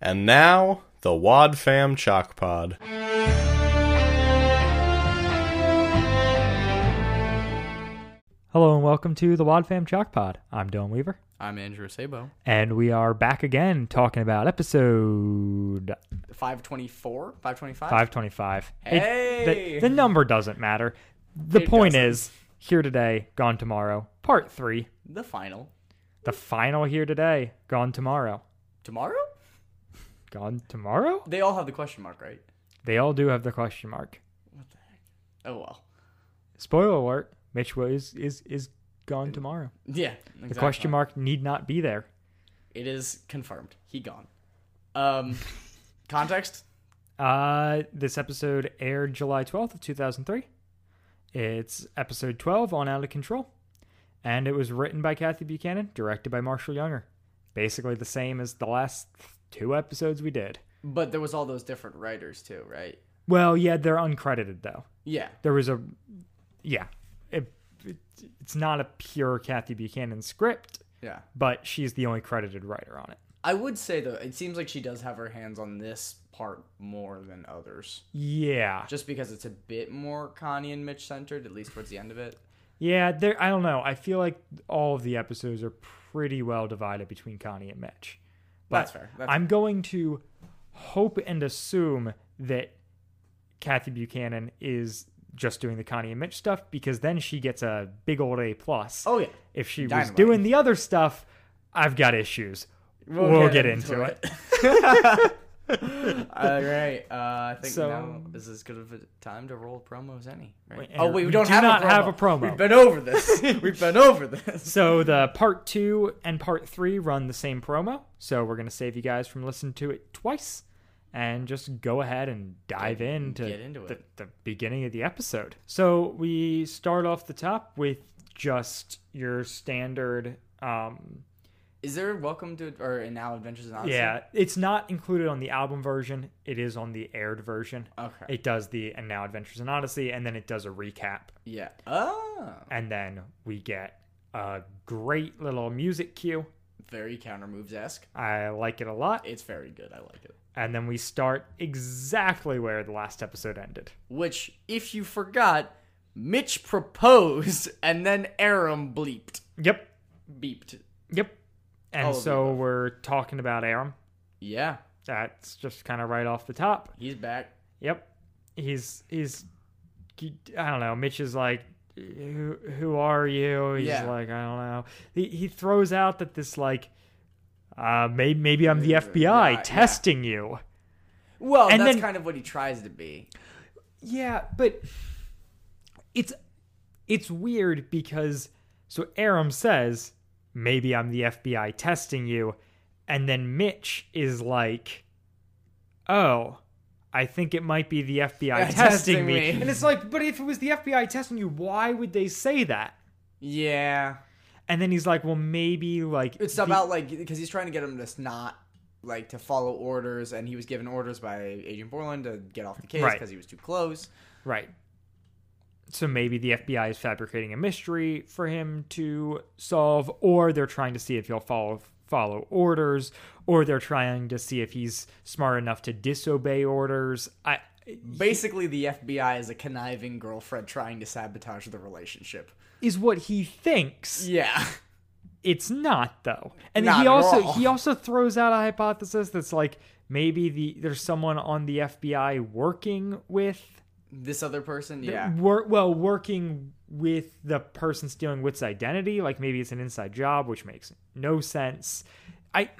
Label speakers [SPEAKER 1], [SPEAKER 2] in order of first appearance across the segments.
[SPEAKER 1] And now, the Wad Fam Chalk Pod.
[SPEAKER 2] Hello and welcome to the Wad Fam Chalk Pod. I'm Dylan Weaver,
[SPEAKER 3] I'm Andrew Sabo.
[SPEAKER 2] and we are back again talking about episode
[SPEAKER 3] 524? 525?
[SPEAKER 2] 525.
[SPEAKER 3] Hey!
[SPEAKER 2] the, the number doesn't matter. The
[SPEAKER 3] It
[SPEAKER 2] point
[SPEAKER 3] doesn't.
[SPEAKER 2] is, here today, gone tomorrow, part three.
[SPEAKER 3] The final.
[SPEAKER 2] The final here today, gone tomorrow.
[SPEAKER 3] Tomorrow?
[SPEAKER 2] Gone tomorrow?
[SPEAKER 3] They all have the question mark, right?
[SPEAKER 2] They all do have the question mark.
[SPEAKER 3] Oh, well.
[SPEAKER 2] Spoiler alert, Mitch Wu is, is, is gone tomorrow.
[SPEAKER 3] Yeah.
[SPEAKER 2] The question mark need not be there.
[SPEAKER 3] It is confirmed. He gone. Um, context?
[SPEAKER 2] Uh, this episode aired July 12th of 2003. It's episode 12 on Out of Control. And it was written by Kathy Buchanan, directed by Marshall Younger. Basically the same as the last two episodes we did.
[SPEAKER 3] But there was all those different writers, too, right?
[SPEAKER 2] Well, yeah, they're uncredited though.
[SPEAKER 3] Yeah.
[SPEAKER 2] There was a yeah, it, it, it's not a pure Kathy Buchanan script,
[SPEAKER 3] Yeah.
[SPEAKER 2] but she's the only credited writer on it.
[SPEAKER 3] I would say, though, it seems like she does have her hands on this part more than others.
[SPEAKER 2] Yeah.
[SPEAKER 3] Just because it's a bit more Connie and Mitch centered, at least towards the end of it.
[SPEAKER 2] Yeah, there. I don't know. I feel like all of the episodes are pretty well divided between Connie and Mitch.
[SPEAKER 3] That's fair. That's
[SPEAKER 2] I'm going to hope and assume that Kathy Buchanan is just doing the Connie and Mitch stuff because then she gets a big old A plus.
[SPEAKER 3] Oh, yeah.
[SPEAKER 2] If she was
[SPEAKER 3] Dynamite.
[SPEAKER 2] doing the other stuff, I've got issues. We'll, get, into, it.
[SPEAKER 3] All right. Uh, I think
[SPEAKER 2] So-
[SPEAKER 3] now is as good of a time to roll promo as any. Right?
[SPEAKER 2] Wait,
[SPEAKER 3] oh
[SPEAKER 2] Andrew,
[SPEAKER 3] wait, we
[SPEAKER 2] we
[SPEAKER 3] don't
[SPEAKER 2] do
[SPEAKER 3] have,
[SPEAKER 2] not
[SPEAKER 3] a promo.
[SPEAKER 2] have a promo.
[SPEAKER 3] We've been over this. We've been over this.
[SPEAKER 2] So the part two and part three run the same promo. So we're gonna save you guys from listening to it twice, and just go ahead and dive into,
[SPEAKER 3] get into
[SPEAKER 2] the,
[SPEAKER 3] it.
[SPEAKER 2] the beginning of the episode. So we start off the top with just your standard. Um,
[SPEAKER 3] Is there Welcome to or and now Adventures in Odyssey?
[SPEAKER 2] yeah, it's not included on the album version. It is on the aired version.
[SPEAKER 3] Okay.
[SPEAKER 2] It does the and now Adventures in Odyssey, and then it does a recap
[SPEAKER 3] Yeah. Oh,
[SPEAKER 2] and then we get a great little music cue.
[SPEAKER 3] very counter moves esque.
[SPEAKER 2] I like it a lot.
[SPEAKER 3] It's very good. I like it.
[SPEAKER 2] And then we start exactly where the last episode ended.
[SPEAKER 3] Which, if you forgot, Mitch proposed and then Aram bleeped,
[SPEAKER 2] Yep.
[SPEAKER 3] beeped.
[SPEAKER 2] Yep. And
[SPEAKER 3] All of the
[SPEAKER 2] so
[SPEAKER 3] above.
[SPEAKER 2] we're talking about Aram.
[SPEAKER 3] Yeah,
[SPEAKER 2] That's just kind of right off the top.
[SPEAKER 3] he's back.
[SPEAKER 2] Yep. He's he's I don't know. Mitch is like who, who are you? He's
[SPEAKER 3] Yeah.
[SPEAKER 2] like I don't know. He he throws out that this like uh maybe maybe I'm the FBI
[SPEAKER 3] yeah, yeah.
[SPEAKER 2] testing you.
[SPEAKER 3] Well,
[SPEAKER 2] And
[SPEAKER 3] that's
[SPEAKER 2] then-
[SPEAKER 3] kind of what he tries to be.
[SPEAKER 2] Yeah, but it's it's weird because so Aram says, "Maybe I'm the FBI testing you." And then Mitch is like, "Oh, I think it might be the FBI testing,
[SPEAKER 3] Testing
[SPEAKER 2] me.
[SPEAKER 3] me.
[SPEAKER 2] And it's like, "But if it was the FBI testing you, why would they say that?"
[SPEAKER 3] Yeah.
[SPEAKER 2] And then he's like, "Well, maybe like
[SPEAKER 3] It's
[SPEAKER 2] the-
[SPEAKER 3] about like because he's trying to get him to s- not like to follow orders, and he was given orders by Agent Borland to get off the case
[SPEAKER 2] Right.
[SPEAKER 3] because he was too close.
[SPEAKER 2] Right. So maybe the FBI is fabricating a mystery for him to solve, or they're trying to see if he'll follow follow orders, or they're trying to see if he's smart enough to disobey orders. I
[SPEAKER 3] Basically, the FBI is a conniving girlfriend trying to sabotage the relationship.
[SPEAKER 2] is what he thinks.
[SPEAKER 3] Yeah,
[SPEAKER 2] It's not though. And
[SPEAKER 3] Not
[SPEAKER 2] he
[SPEAKER 3] at
[SPEAKER 2] also
[SPEAKER 3] all.
[SPEAKER 2] he also throws out a hypothesis that's like maybe the there's someone on the FBI working with
[SPEAKER 3] this other person. Yeah,
[SPEAKER 2] Wor- well, working with the person stealing Wit's identity, like maybe it's an inside job, which makes no sense. I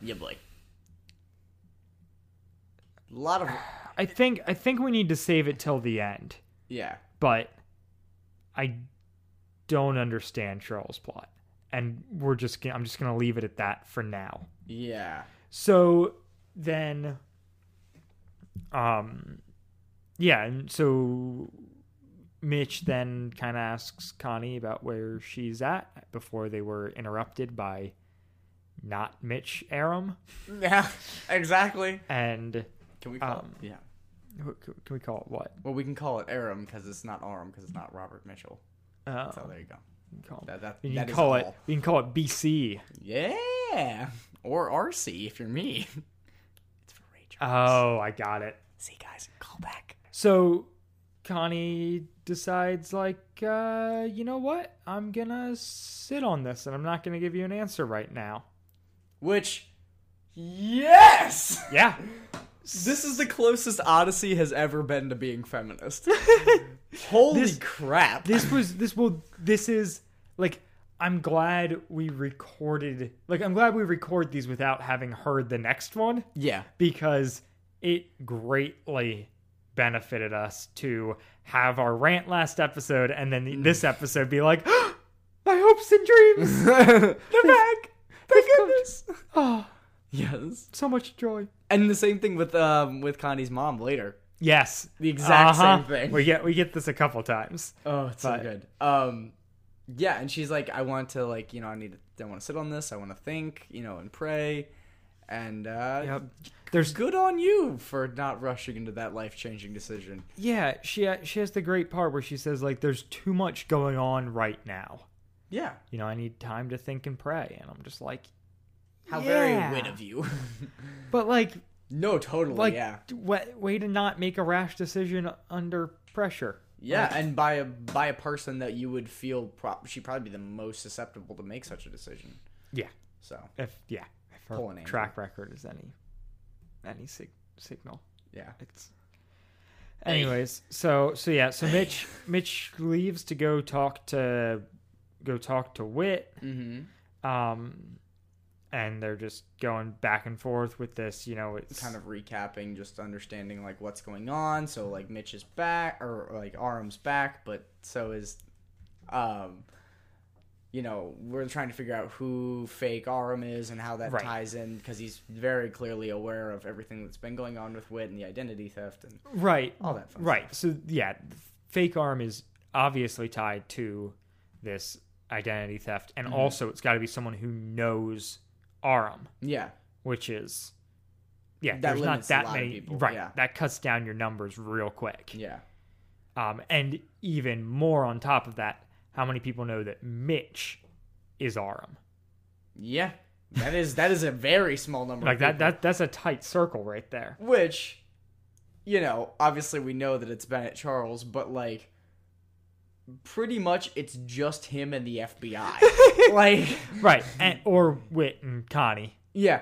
[SPEAKER 3] yeah, Blake. A lot of
[SPEAKER 2] I think I think we need to save it till the end,
[SPEAKER 3] yeah.
[SPEAKER 2] but I don't understand Charles' plot, and we're just gonna, I'm just gonna leave it at that for now.
[SPEAKER 3] Yeah.
[SPEAKER 2] So then, um, yeah, and so Mitch then kind of asks Connie about where she's at before they were interrupted by not Mitch Aram.
[SPEAKER 3] Yeah. Exactly.
[SPEAKER 2] And
[SPEAKER 3] Can we call
[SPEAKER 2] Um,
[SPEAKER 3] it? Yeah.
[SPEAKER 2] wh- can we call it what?
[SPEAKER 3] Well, we can call it Aram because it's not Aram because it's not Robert Mitchell.
[SPEAKER 2] Uh,
[SPEAKER 3] So there you go.
[SPEAKER 2] You can call,
[SPEAKER 3] That- that-
[SPEAKER 2] you can
[SPEAKER 3] that is
[SPEAKER 2] call it.
[SPEAKER 3] all.
[SPEAKER 2] You can call it BC.
[SPEAKER 3] Yeah. Or RC if you're me. it's for Rachel.
[SPEAKER 2] Oh, I got it.
[SPEAKER 3] See, guys, call back.
[SPEAKER 2] So Connie decides, like, uh, you know what? I'm gonna sit on this, and I'm not gonna give you an answer right now.
[SPEAKER 3] Which, yes!
[SPEAKER 2] Yeah,
[SPEAKER 3] This is the closest Odyssey has ever been to being feminist. Holy
[SPEAKER 2] This-
[SPEAKER 3] crap.
[SPEAKER 2] this was this will this is like I'm glad we recorded like I'm glad we record these without having heard the next one
[SPEAKER 3] yeah.
[SPEAKER 2] because it greatly benefited us to have our rant last episode and then the, this episode be like my hopes and dreams
[SPEAKER 3] They're back. Thank
[SPEAKER 2] come-
[SPEAKER 3] goodness.
[SPEAKER 2] oh
[SPEAKER 3] Yes.
[SPEAKER 2] so much joy
[SPEAKER 3] And the same thing with um with Connie's mom later.
[SPEAKER 2] yes
[SPEAKER 3] The exact
[SPEAKER 2] Uh-huh.
[SPEAKER 3] same thing.
[SPEAKER 2] we get we get this a couple times
[SPEAKER 3] Oh, it's
[SPEAKER 2] But-
[SPEAKER 3] so good. Um, yeah, and she's like, I want to like, you know, I need, to, I want to sit on this. I want to think, you know, and pray, and uh,
[SPEAKER 2] yep there's
[SPEAKER 3] good on you for not rushing into that life changing decision.
[SPEAKER 2] yeah she she has the great part where she says like there's too much going on right now
[SPEAKER 3] Yeah,
[SPEAKER 2] you know, I need time to think and pray. And I'm just like,
[SPEAKER 3] how
[SPEAKER 2] Yeah.
[SPEAKER 3] very wit of you.
[SPEAKER 2] but like,
[SPEAKER 3] no, totally.
[SPEAKER 2] like,
[SPEAKER 3] yeah,
[SPEAKER 2] wa- way to not make a rash decision under pressure.
[SPEAKER 3] yeah, and by a by a person that you would feel pro- she'd probably be the most susceptible to make such a decision.
[SPEAKER 2] Yeah.
[SPEAKER 3] So
[SPEAKER 2] If yeah, if her
[SPEAKER 3] Pull an angle.
[SPEAKER 2] track record is any, any sig- signal,
[SPEAKER 3] yeah,
[SPEAKER 2] it's. Anyways, so so yeah, so Mitch Mitch leaves to go talk to, go talk to Wit.
[SPEAKER 3] mm-hmm.
[SPEAKER 2] Um. And they're just going back and forth with this, you know. It's
[SPEAKER 3] kind of recapping, just understanding like what's going on. So like Mitch is back, or like Arm's back, but so is, um, you know, we're trying to figure out who fake Arm is and how that
[SPEAKER 2] Right.
[SPEAKER 3] ties in because he's very clearly aware of everything that's been going on with Wit and the identity theft and
[SPEAKER 2] right
[SPEAKER 3] all that fun.
[SPEAKER 2] Right. So yeah, the fake arm is obviously tied to this identity theft,
[SPEAKER 3] Mm-hmm.
[SPEAKER 2] and also it's got to be someone who knows Aram,
[SPEAKER 3] Yeah.
[SPEAKER 2] which is yeah,
[SPEAKER 3] That
[SPEAKER 2] there's not
[SPEAKER 3] limits a
[SPEAKER 2] that
[SPEAKER 3] lot of
[SPEAKER 2] many.
[SPEAKER 3] people,
[SPEAKER 2] right.
[SPEAKER 3] yeah.
[SPEAKER 2] That cuts down your numbers real quick.
[SPEAKER 3] Yeah.
[SPEAKER 2] Um, and even more on top of that, how many people know that Mitch is Aram?
[SPEAKER 3] Yeah. That is that is a very small number.
[SPEAKER 2] Like
[SPEAKER 3] of
[SPEAKER 2] that.
[SPEAKER 3] people.
[SPEAKER 2] That that's a tight circle right there.
[SPEAKER 3] Which, you know, obviously we know that it's Bennett Charles, but like, pretty much it's just him and the FBI. like,
[SPEAKER 2] Right. And or Wit and Connie,
[SPEAKER 3] yeah,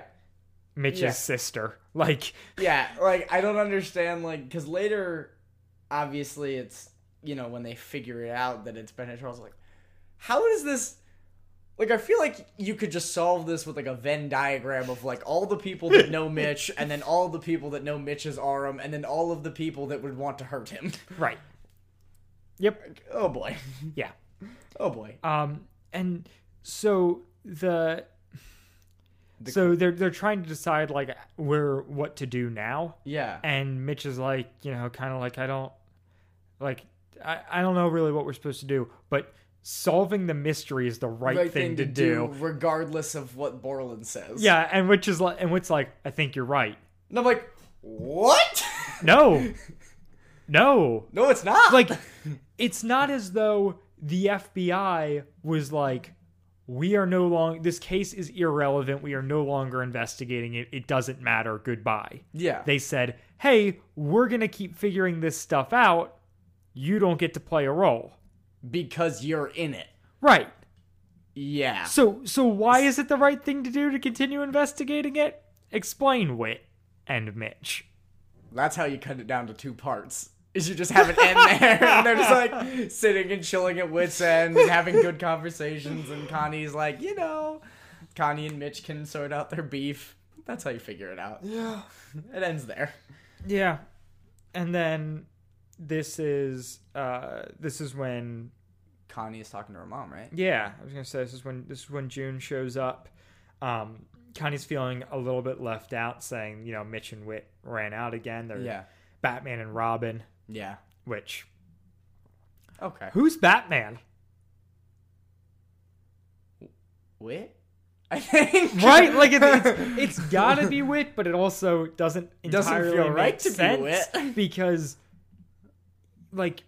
[SPEAKER 2] Mitch's
[SPEAKER 3] Yeah.
[SPEAKER 2] sister. Like
[SPEAKER 3] yeah. Like, I don't understand. Like, because later, obviously, it's you know when they figure it out that it's Bennett Charles. Like, how is this? Like, I feel like you could just solve this with like a Venn diagram of like all the people that know Mitch, and then all the people that know Mitch's Aram, and then all of the people that would want to hurt him.
[SPEAKER 2] right. Yep.
[SPEAKER 3] Oh boy.
[SPEAKER 2] Yeah.
[SPEAKER 3] Oh boy.
[SPEAKER 2] Um, and so the, so they're they're trying to decide like where what to do now,
[SPEAKER 3] Yeah.
[SPEAKER 2] and Mitch is like you know kind of like I don't like I I don't know really what we're supposed to do, but solving the mystery is the right,
[SPEAKER 3] Right
[SPEAKER 2] thing, to, do.
[SPEAKER 3] regardless of what Borland says.
[SPEAKER 2] Yeah, and which is like and which like I think you're right.
[SPEAKER 3] And I'm like, what?
[SPEAKER 2] No, no,
[SPEAKER 3] no, it's not.
[SPEAKER 2] like it's not as though the FBI was like we are no longer this case is irrelevant we are no longer investigating it it doesn't matter goodbye
[SPEAKER 3] yeah.
[SPEAKER 2] they said hey we're going to keep figuring this stuff out you don't get to play a role
[SPEAKER 3] because you're in it.
[SPEAKER 2] right
[SPEAKER 3] Yeah.
[SPEAKER 2] so so why is it the right thing to do to continue investigating it explain wit and mitch
[SPEAKER 3] That's how you cut it down to two parts. Is you just have an end there, and they're just like sitting and chilling at wits end and having good conversations, and Connie's like, you know, Connie and Mitch can sort out their beef. That's how you figure it out. Yeah. It ends there.
[SPEAKER 2] Yeah. And then this is uh this is when
[SPEAKER 3] Connie is talking to her mom, right?
[SPEAKER 2] yeah, I was gonna say this is when this is when June shows up. Um Connie's feeling a little bit left out, saying, you know, Mitch and Wit ran out again. They're
[SPEAKER 3] Yeah.
[SPEAKER 2] Batman and Robin,
[SPEAKER 3] Yeah.
[SPEAKER 2] which
[SPEAKER 3] Okay.
[SPEAKER 2] who's Batman?
[SPEAKER 3] Wit? I think.
[SPEAKER 2] Right? Like it's, it's it's gotta be Wit, but it also doesn't
[SPEAKER 3] Doesn't feel
[SPEAKER 2] entirely make
[SPEAKER 3] right to be
[SPEAKER 2] sense
[SPEAKER 3] Wit.
[SPEAKER 2] because like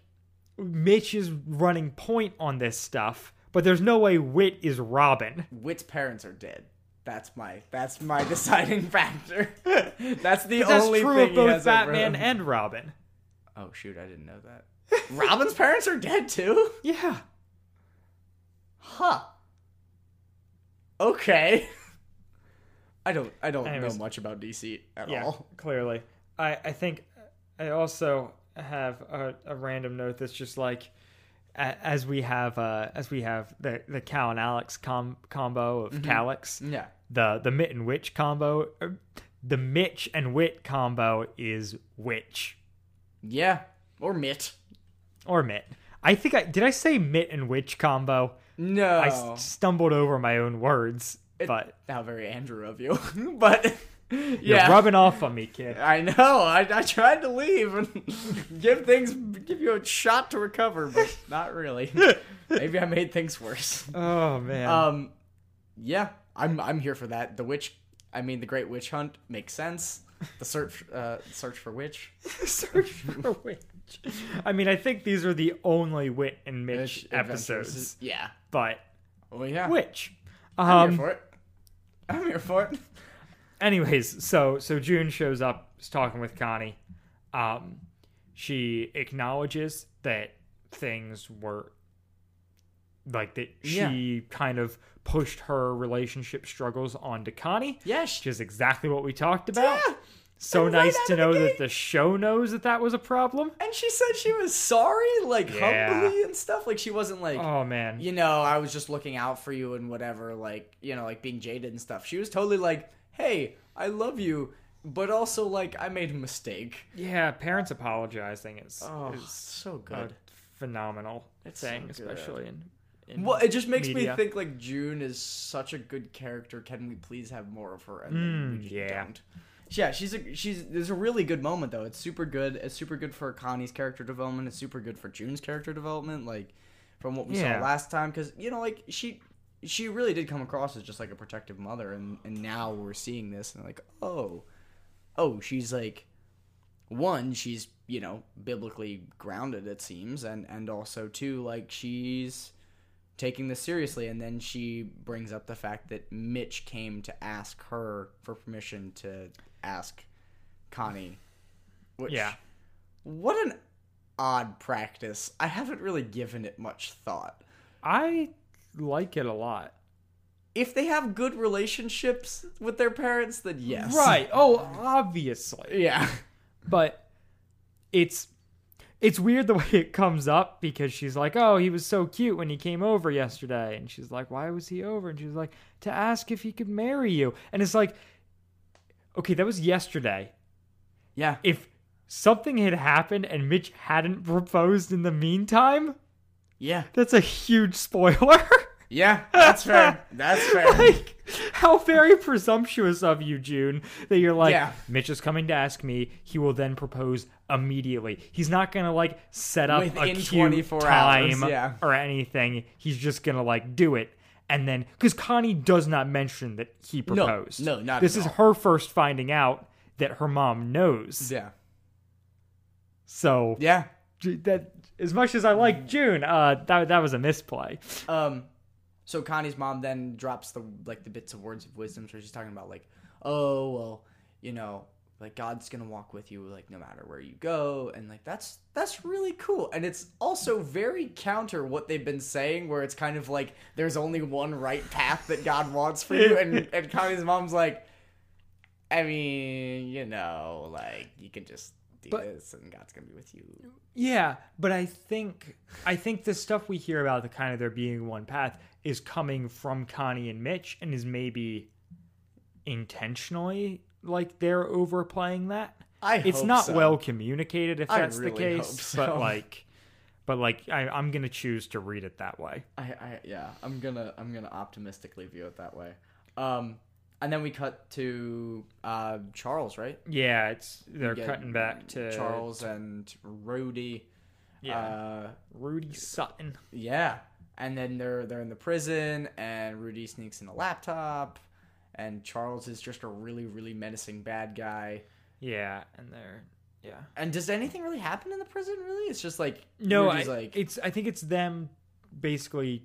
[SPEAKER 2] Mitch is running point on this stuff, But there's no way Wit is Robin.
[SPEAKER 3] Wit's parents are dead. That's my that's my deciding factor. that's the
[SPEAKER 2] That's
[SPEAKER 3] only
[SPEAKER 2] true
[SPEAKER 3] thing
[SPEAKER 2] of
[SPEAKER 3] he
[SPEAKER 2] both
[SPEAKER 3] has over
[SPEAKER 2] Batman
[SPEAKER 3] him.
[SPEAKER 2] and Robin.
[SPEAKER 3] Oh shoot, I didn't know that. Robin's parents are dead too?
[SPEAKER 2] Yeah.
[SPEAKER 3] Huh. Okay. I don't I don't
[SPEAKER 2] Anyways.
[SPEAKER 3] know much about DC at
[SPEAKER 2] Yeah,
[SPEAKER 3] all.
[SPEAKER 2] clearly. I, I think I also have a, a random note that's just like a- as we have uh, as we have the the Cal and Alex com- combo
[SPEAKER 3] Mm-hmm.
[SPEAKER 2] of Calix,
[SPEAKER 3] Yeah.
[SPEAKER 2] the the Mitt and Witch combo, er, the Mitch and Wit combo is Witch
[SPEAKER 3] Yeah. Or Mitt.
[SPEAKER 2] or Mitt. I think I did I say Mitt and Witch combo.
[SPEAKER 3] No.
[SPEAKER 2] I s- stumbled over my own words, but
[SPEAKER 3] How very Andrew of you. but yeah.
[SPEAKER 2] you're rubbing off on me, kid.
[SPEAKER 3] I know. I, I tried to leave and give things, give you a shot to recover, but not really. Maybe I made things worse.
[SPEAKER 2] Oh man.
[SPEAKER 3] Um, yeah, I'm I'm here for that. The witch, I mean, the Great Witch Hunt makes sense. The search, uh, search for witch.
[SPEAKER 2] Search for Witch. I mean, I think these are the only Wit and Mitch episodes,
[SPEAKER 3] Yeah.
[SPEAKER 2] but
[SPEAKER 3] Well, yeah.
[SPEAKER 2] Witch.
[SPEAKER 3] I'm here
[SPEAKER 2] Um,
[SPEAKER 3] for it. I'm here for it.
[SPEAKER 2] anyways, so so June shows up, is talking with Connie. Um, she acknowledges that things were like that. She kind of pushed her relationship struggles onto Connie,
[SPEAKER 3] Yeah.
[SPEAKER 2] which is exactly what we talked about.
[SPEAKER 3] Yeah.
[SPEAKER 2] So
[SPEAKER 3] Right
[SPEAKER 2] nice
[SPEAKER 3] out
[SPEAKER 2] to
[SPEAKER 3] of the
[SPEAKER 2] know that
[SPEAKER 3] gate.
[SPEAKER 2] the show knows that that was a problem.
[SPEAKER 3] and she said she was sorry, like
[SPEAKER 2] Yeah.
[SPEAKER 3] humbly and stuff. Like she wasn't like.
[SPEAKER 2] Oh man,
[SPEAKER 3] you know, I was just looking out for you and whatever, like, you know, like being jaded and stuff. She was totally like, hey, I love you, but also, like, I made a mistake.
[SPEAKER 2] Yeah, parents apologizing is,
[SPEAKER 3] Oh,
[SPEAKER 2] is
[SPEAKER 3] so
[SPEAKER 2] a
[SPEAKER 3] good.
[SPEAKER 2] phenomenal
[SPEAKER 3] It's so
[SPEAKER 2] thing,
[SPEAKER 3] good.
[SPEAKER 2] especially in, in
[SPEAKER 3] Well, it just makes
[SPEAKER 2] media.
[SPEAKER 3] me think, like, June is such a good character. Can we please have more of her? And then we
[SPEAKER 2] Mm,
[SPEAKER 3] just
[SPEAKER 2] yeah.
[SPEAKER 3] don't. Yeah, she's a she's there's a really good moment though. It's super good. It's super good for Connie's character development. It's super good for June's character development. Like from what we
[SPEAKER 2] Yeah.
[SPEAKER 3] saw last time, because you know, like she she really did come across as just like a protective mother, and and now we're seeing this and like oh oh she's like one she's you know biblically grounded it seems, and and also two like she's taking this seriously and then she brings up the fact that Mitch came to ask her for permission to ask Connie which
[SPEAKER 2] Yeah.
[SPEAKER 3] what an odd practice I haven't really given it much thought
[SPEAKER 2] I like it a lot.
[SPEAKER 3] if they have good relationships with their parents then yes
[SPEAKER 2] Right. Oh, obviously.
[SPEAKER 3] yeah
[SPEAKER 2] But it's it's weird the way it comes up because she's like, "Oh, he was so cute when he came over yesterday." And she's like, "Why was he over?" And she's like, "To ask if he could marry you." And it's like, "Okay, that was yesterday.
[SPEAKER 3] yeah
[SPEAKER 2] If something had happened and Mitch hadn't proposed in the meantime,
[SPEAKER 3] yeah
[SPEAKER 2] That's a huge spoiler.
[SPEAKER 3] yeah that's fair that's fair
[SPEAKER 2] like, how very presumptuous of you, June, that you're like,
[SPEAKER 3] Yeah.
[SPEAKER 2] Mitch is coming to ask me. He will then propose immediately. He's not gonna like set up a
[SPEAKER 3] Within
[SPEAKER 2] cute
[SPEAKER 3] 24 hours,
[SPEAKER 2] time
[SPEAKER 3] yeah.
[SPEAKER 2] or anything. He's just gonna like do it. And then, because Connie does not mention that he proposed.
[SPEAKER 3] no, not
[SPEAKER 2] This
[SPEAKER 3] at
[SPEAKER 2] is
[SPEAKER 3] all.
[SPEAKER 2] her first finding out that her mom knows.
[SPEAKER 3] yeah
[SPEAKER 2] So
[SPEAKER 3] yeah
[SPEAKER 2] j- that, as much as I like June, uh, that that was a misplay.
[SPEAKER 3] Um, so Connie's mom then drops the like the bits of words of wisdom. So she's talking about like, oh well, you know, like God's gonna walk with you like no matter where you go, and like that's that's really cool. And it's also very counter what they've been saying, where it's kind of like there's only one right path that God wants for you, and and Connie's mom's like, I mean, you know, like you can just do
[SPEAKER 2] But-
[SPEAKER 3] this, and God's gonna be with you.
[SPEAKER 2] Yeah, but I think I think the stuff we hear about the kind of there being one path is coming from Connie and Mitch and is maybe intentionally like they're overplaying that.
[SPEAKER 3] I
[SPEAKER 2] it's
[SPEAKER 3] hope
[SPEAKER 2] not
[SPEAKER 3] so.
[SPEAKER 2] well communicated if
[SPEAKER 3] I
[SPEAKER 2] that's the
[SPEAKER 3] really
[SPEAKER 2] case,
[SPEAKER 3] hope
[SPEAKER 2] but
[SPEAKER 3] so.
[SPEAKER 2] like but like I, I'm gonna choose to read it that way.
[SPEAKER 3] I, I yeah, I'm gonna I'm gonna optimistically view it that way. Um, and then we cut to uh, Charles, right?
[SPEAKER 2] Yeah, it's they're
[SPEAKER 3] Yeah,
[SPEAKER 2] cutting back to
[SPEAKER 3] Charles and Rudy.
[SPEAKER 2] Yeah.
[SPEAKER 3] Uh,
[SPEAKER 2] Rudy Sutton.
[SPEAKER 3] yeah. And then they're they're in the prison, and Rudy sneaks in a laptop, and Charles is just a really really menacing bad guy.
[SPEAKER 2] Yeah, and they're yeah.
[SPEAKER 3] And does anything really happen in the prison? Really, it's just like
[SPEAKER 2] No, I,
[SPEAKER 3] Rudy's like
[SPEAKER 2] it's I think it's them basically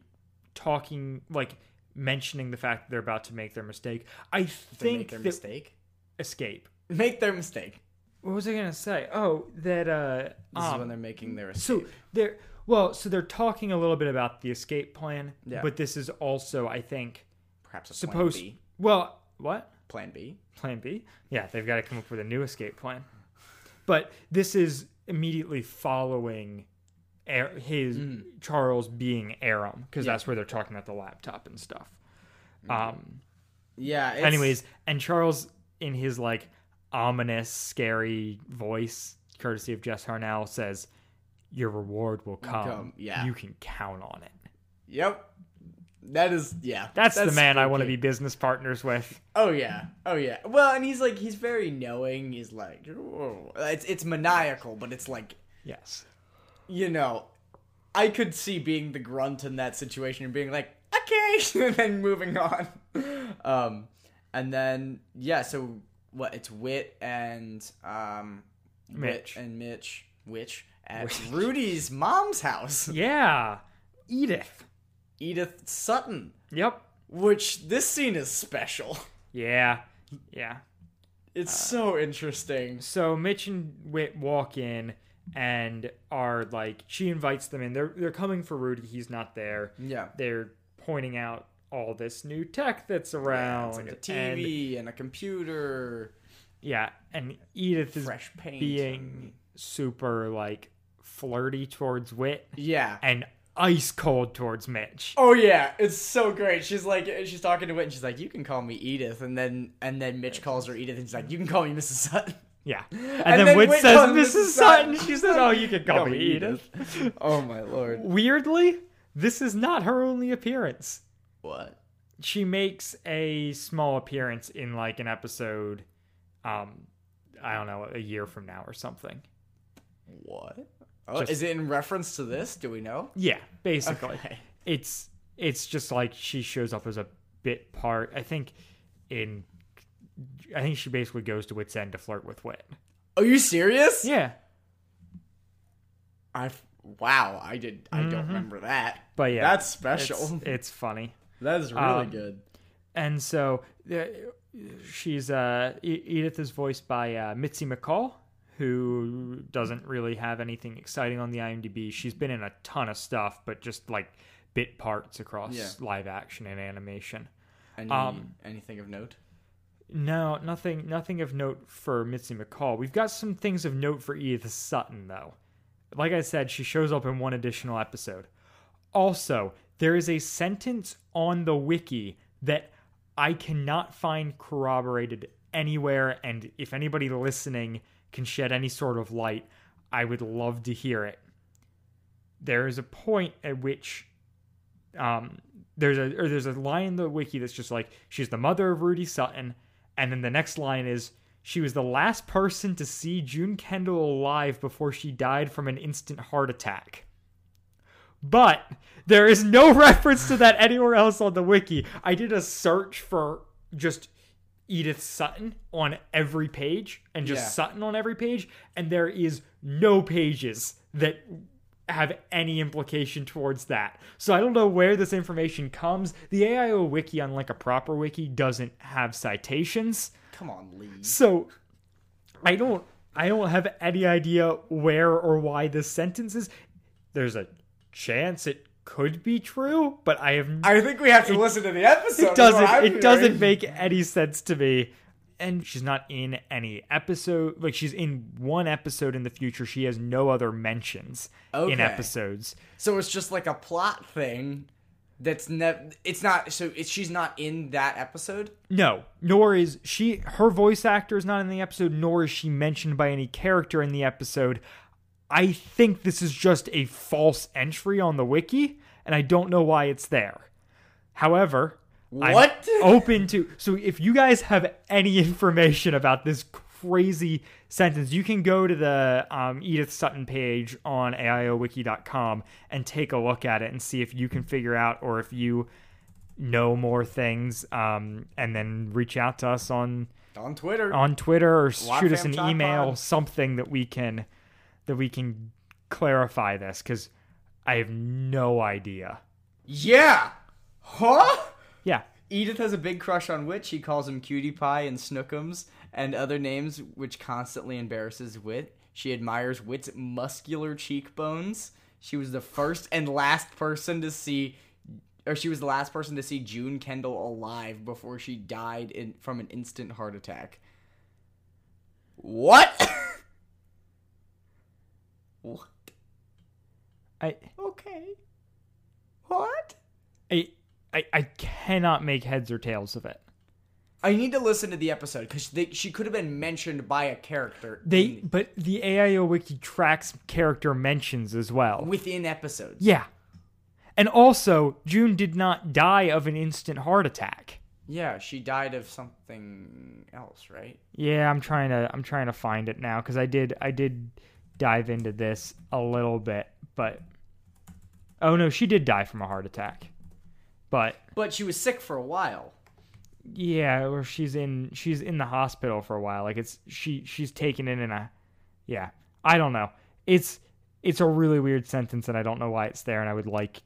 [SPEAKER 2] talking like mentioning the fact that they're about to make their mistake. I
[SPEAKER 3] make
[SPEAKER 2] think
[SPEAKER 3] their
[SPEAKER 2] that
[SPEAKER 3] mistake.
[SPEAKER 2] escape.
[SPEAKER 3] Make their mistake.
[SPEAKER 2] What was I gonna say? Oh, that uh
[SPEAKER 3] This is
[SPEAKER 2] um,
[SPEAKER 3] when they're making their
[SPEAKER 2] so they're well, so they're talking a little bit about the escape plan,
[SPEAKER 3] Yeah.
[SPEAKER 2] but this is also, I think,
[SPEAKER 3] perhaps a
[SPEAKER 2] supposed.
[SPEAKER 3] plan B.
[SPEAKER 2] Well, what?
[SPEAKER 3] Plan B.
[SPEAKER 2] Plan B? Yeah, they've got to come up with a new escape plan. But this is immediately following Ar- his Charles being Aram because that's where they're talking about the laptop and stuff. Um.
[SPEAKER 3] Yeah. It's,
[SPEAKER 2] Anyways, and Charles in his like ominous, scary voice, courtesy of Jess Harnell, says, "Your reward will come.
[SPEAKER 3] come, yeah.
[SPEAKER 2] you can count on it."
[SPEAKER 3] Yep. That is yeah.
[SPEAKER 2] That's, the man I want to
[SPEAKER 3] spooky.
[SPEAKER 2] be business partners with.
[SPEAKER 3] Oh yeah. Oh yeah. Well, and he's like he's very knowing. He's like "Whoa." it's it's maniacal, but it's like
[SPEAKER 2] Yes.
[SPEAKER 3] you know, I could see being the grunt in that situation and being like, okay, and then moving on. Um, and then yeah, so what? It's Wit and um,
[SPEAKER 2] Mitch.
[SPEAKER 3] Wit and Mitch, Witch at Rudy's mom's house,
[SPEAKER 2] Yeah. Edith.
[SPEAKER 3] Edith Sutton.
[SPEAKER 2] Yep.
[SPEAKER 3] Which this scene is special.
[SPEAKER 2] Yeah. Yeah.
[SPEAKER 3] It's so interesting.
[SPEAKER 2] Uh, So Mitch and Wit walk in and are like she invites them in. They're they're coming for Rudy. He's not there.
[SPEAKER 3] Yeah.
[SPEAKER 2] They're pointing out all this new tech that's
[SPEAKER 3] Yeah,
[SPEAKER 2] around.
[SPEAKER 3] it's like a
[SPEAKER 2] and-
[SPEAKER 3] TV and, a computer,
[SPEAKER 2] yeah, and Edith is
[SPEAKER 3] fresh paint.
[SPEAKER 2] being super like flirty towards Wit
[SPEAKER 3] yeah.
[SPEAKER 2] and ice cold towards Mitch.
[SPEAKER 3] Oh yeah, it's so great. She's like, she's talking to Whit, and she's like, "You can call me Edith," and then and then Mitch calls her Edith, and she's like, "You can call me Mrs. Sutton."
[SPEAKER 2] Yeah. And,
[SPEAKER 3] And
[SPEAKER 2] then,
[SPEAKER 3] then
[SPEAKER 2] Wit
[SPEAKER 3] Whit
[SPEAKER 2] says,
[SPEAKER 3] calls
[SPEAKER 2] Mrs.
[SPEAKER 3] Mrs.
[SPEAKER 2] Sutton.
[SPEAKER 3] Sutton.
[SPEAKER 2] She says, Oh, you can call, me Edith.
[SPEAKER 3] Oh my lord!
[SPEAKER 2] Weirdly, this is not her only appearance.
[SPEAKER 3] What?
[SPEAKER 2] she makes a small appearance in like an episode um i don't know a year from now or something
[SPEAKER 3] What? Oh,
[SPEAKER 2] Just-
[SPEAKER 3] is it in reference to this? Do we know?
[SPEAKER 2] yeah basically
[SPEAKER 3] Okay.
[SPEAKER 2] it's it's just like she shows up as a bit part i think in i think she basically goes to wits end to flirt with wit
[SPEAKER 3] Are you serious?
[SPEAKER 2] yeah
[SPEAKER 3] I wow, I did. I don't remember that.
[SPEAKER 2] but Mm-hmm. yeah
[SPEAKER 3] That's special.
[SPEAKER 2] it's, it's funny
[SPEAKER 3] that is really
[SPEAKER 2] um,
[SPEAKER 3] good.
[SPEAKER 2] and so uh, she's uh E- edith is voiced by uh, mitzi mccall who doesn't really have anything exciting on the imdb she's been in a ton of stuff but just like bit parts across
[SPEAKER 3] Yeah.
[SPEAKER 2] live action and animation
[SPEAKER 3] Any,
[SPEAKER 2] um,
[SPEAKER 3] anything of note?
[SPEAKER 2] no nothing nothing of note for mitzi mccall we've got some things of note for edith sutton though like i said she shows up in one additional episode also there is a sentence on the wiki that I cannot find corroborated anywhere. And if anybody listening can shed any sort of light, I would love to hear it. There is a point at which um, there's a or there's a line in the wiki that's just like she's the mother of Rudy Sutton, and then the next line is she was the last person to see June Kendall alive before she died from an instant heart attack. But there is no reference to that anywhere else on the wiki. I did a search for just Edith Sutton on every page and just
[SPEAKER 3] Yeah.
[SPEAKER 2] Sutton on every page, and there is no pages that have any implication towards that. So I don't know where this information comes. The AIO wiki, unlike a proper wiki, doesn't have citations.
[SPEAKER 3] Come on, Lee.
[SPEAKER 2] So I don't I don't have any idea where or why this sentence is. There's a chance it could be true, but I have
[SPEAKER 3] I think we have to listen to the episode.
[SPEAKER 2] it doesn't it doesn't make any sense to me. And she's not in any episode. Like she's in one episode in the future. She has no other mentions in
[SPEAKER 3] Okay.
[SPEAKER 2] episodes.
[SPEAKER 3] So it's just like a plot thing that's never. It's not. So it's, she's not in that episode.
[SPEAKER 2] No, nor is she. Her voice actor is not in the episode, nor is she mentioned by any character in the episode. I think this is just a false entry on the wiki, and I don't know why it's there. However, I'm
[SPEAKER 3] What?
[SPEAKER 2] open to. So if you guys have any information about this crazy sentence, you can go to the um, Edith Sutton page on AIOWiki.com and take a look at it and see if you can figure out or if you know more things um, and then reach out to us on
[SPEAKER 3] On Twitter.
[SPEAKER 2] on Twitter or shoot us
[SPEAKER 3] fam
[SPEAKER 2] an
[SPEAKER 3] chat
[SPEAKER 2] email
[SPEAKER 3] pod.
[SPEAKER 2] something that we can that we can clarify this cuz I have no idea.
[SPEAKER 3] yeah. Huh?
[SPEAKER 2] Yeah.
[SPEAKER 3] Edith has a big crush on Wit. She calls him Cutie Pie and Snookums and other names, which constantly embarrasses Wit. She admires Wit's muscular cheekbones. She was the first and last person to see, or she was the last person to see June Kendall alive before she died in, from an instant heart attack. What? what?
[SPEAKER 2] I
[SPEAKER 3] Okay. What?
[SPEAKER 2] I I, I cannot make heads or tails of it.
[SPEAKER 3] I need to listen to the episode because she could have been mentioned by a character.
[SPEAKER 2] They
[SPEAKER 3] in-
[SPEAKER 2] but the AIO wiki tracks character mentions as well.
[SPEAKER 3] within episodes.
[SPEAKER 2] Yeah. And also, June did not die of an instant heart attack.
[SPEAKER 3] Yeah, she died of something else, right?
[SPEAKER 2] Yeah, I'm trying to I'm trying to find it now cuz I did I did dive into this a little bit, but Oh no, she did die from a heart attack. But
[SPEAKER 3] But she was sick for a while.
[SPEAKER 2] yeah, or she's in she's in the hospital for a while. Like it's she she's taken in in a yeah. I don't know. It's it's a really weird sentence and I don't know why it's there and I would like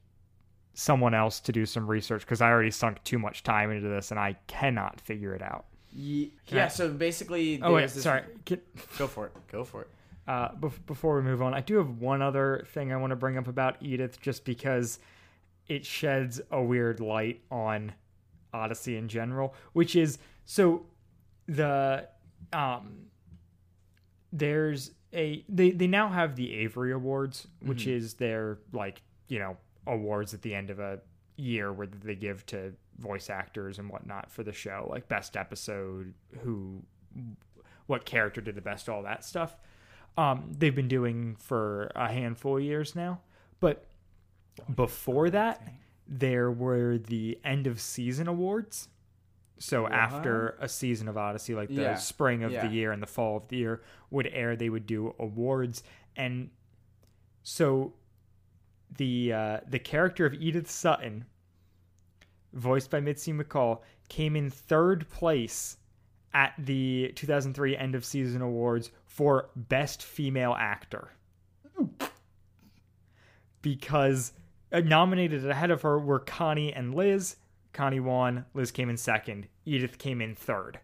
[SPEAKER 2] someone else to do some research cuz I already sunk too much time into this and I cannot figure it out.
[SPEAKER 3] Ye-
[SPEAKER 2] Can I-
[SPEAKER 3] yeah. So basically,
[SPEAKER 2] Oh wait,
[SPEAKER 3] there's this-
[SPEAKER 2] sorry. Can-
[SPEAKER 3] Go for it. Go for it.
[SPEAKER 2] Uh, bef- before we move on, I do have one other thing I want to bring up about Edith, just because it sheds a weird light on Odyssey in general, which is so the um there's a they they now have the Avery Awards, which is their like you know awards at the end of a year where they give to voice actors and whatnot for the show, like best episode, who, what character did the best, all that stuff. Um, they've been doing for a handful of years now, but before that, there were the end of season awards. So after a season of Odyssey, like the
[SPEAKER 3] Yeah.
[SPEAKER 2] spring of
[SPEAKER 3] Yeah.
[SPEAKER 2] the year and the fall of the year would air, they would do awards, and so the uh, the character of Edith Sutton, voiced by Mitzi McCall, came in third place at the 2003 end of season awards for best female actor because uh, nominated ahead of her were Connie and Liz. Connie won. Liz came in second. Edith came in third.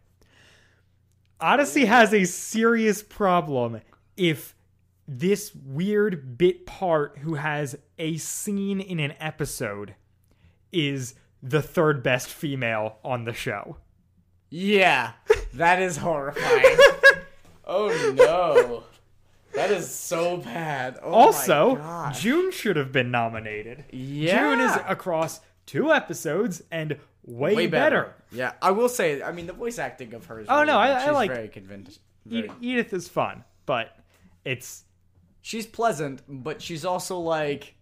[SPEAKER 2] Odyssey has a serious problem if this weird bit part who has a scene in an episode is the third best female on the show.
[SPEAKER 3] Yeah, that is horrifying. oh no, that is so bad. Oh, my
[SPEAKER 2] Also,
[SPEAKER 3] gosh.
[SPEAKER 2] June should have been nominated.
[SPEAKER 3] yeah.
[SPEAKER 2] June is across two episodes and way,
[SPEAKER 3] way
[SPEAKER 2] better.
[SPEAKER 3] better. Yeah, I will say. I mean, the voice acting of hers.
[SPEAKER 2] Oh, no, I- I
[SPEAKER 3] she's
[SPEAKER 2] like-
[SPEAKER 3] very convincing.
[SPEAKER 2] Ed- E- Edith is fun, but it's
[SPEAKER 3] she's pleasant, but she's also like,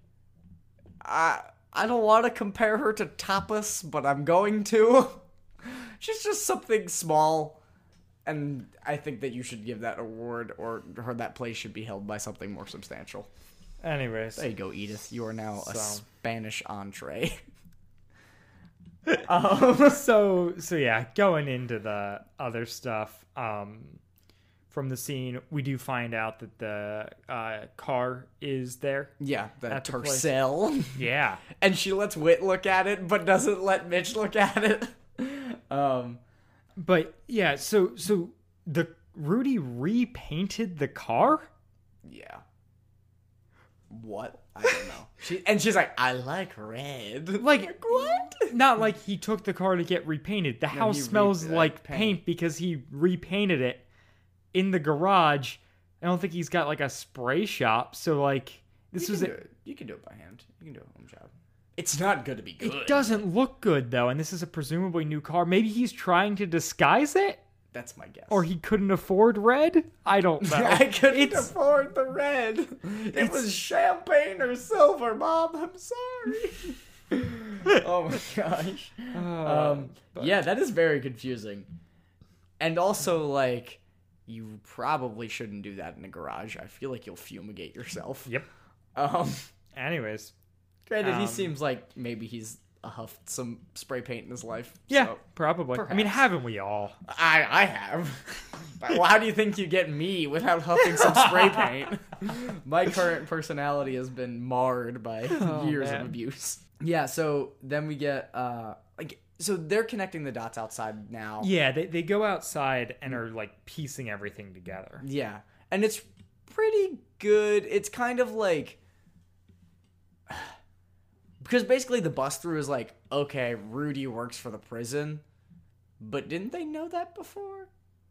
[SPEAKER 3] I I don't want to compare her to Tapas, but I'm going to. she's just something small, and I think that you should give that award or her that place should be held by something more substantial.
[SPEAKER 2] anyways.
[SPEAKER 3] There you go, Edith. You are now a
[SPEAKER 2] So.
[SPEAKER 3] Spanish entree.
[SPEAKER 2] so so yeah, going into the other stuff um from the scene, we do find out that the uh, car is there.
[SPEAKER 3] yeah, the
[SPEAKER 2] At the place.
[SPEAKER 3] Tercel.
[SPEAKER 2] Yeah.
[SPEAKER 3] and she lets Wit look at it, but doesn't let Mitch look at it. um,
[SPEAKER 2] But yeah, so so the Rudy repainted the car?
[SPEAKER 3] Yeah. What? I don't know. She and she's like, I like red.
[SPEAKER 2] Like,
[SPEAKER 3] what?
[SPEAKER 2] Not like he took the car to get repainted. The house
[SPEAKER 3] he
[SPEAKER 2] smells
[SPEAKER 3] re- uh,
[SPEAKER 2] like
[SPEAKER 3] paint.
[SPEAKER 2] paint because he repainted it in the garage. I don't think he's got like a spray shop, so like this was
[SPEAKER 3] you
[SPEAKER 2] a,
[SPEAKER 3] can, do it. you can do it by hand. You can do a home job. It's not gonna be good.
[SPEAKER 2] It doesn't look good though, and this is a presumably new car. Maybe he's trying to disguise it,
[SPEAKER 3] That's my guess.
[SPEAKER 2] or he couldn't afford red. I don't know.
[SPEAKER 3] I couldn't
[SPEAKER 2] It's-
[SPEAKER 3] afford the red. It was champagne or silver, Mom. I'm sorry. oh my gosh. um, yeah, that is very confusing. And also, like, you probably shouldn't do that in a garage. I feel like you'll fumigate yourself.
[SPEAKER 2] yep.
[SPEAKER 3] Um,
[SPEAKER 2] Anyways,
[SPEAKER 3] granted,
[SPEAKER 2] Um,
[SPEAKER 3] he seems like maybe he's uh, huffed some spray paint in his life.
[SPEAKER 2] yeah,
[SPEAKER 3] so- Oh.
[SPEAKER 2] probably. I mean,
[SPEAKER 3] perhaps.
[SPEAKER 2] haven't we all?
[SPEAKER 3] I I have. But How do you think you get me without huffing some spray paint? My current personality has been marred by years
[SPEAKER 2] Oh, man.
[SPEAKER 3] of abuse. Yeah, so then we get uh like so they're connecting the dots outside now.
[SPEAKER 2] Yeah, they, they go outside and are like piecing everything together.
[SPEAKER 3] Yeah. And it's pretty good. It's kind of like because basically the bust through is like, okay, Rudy works for the prison, but didn't they know that before?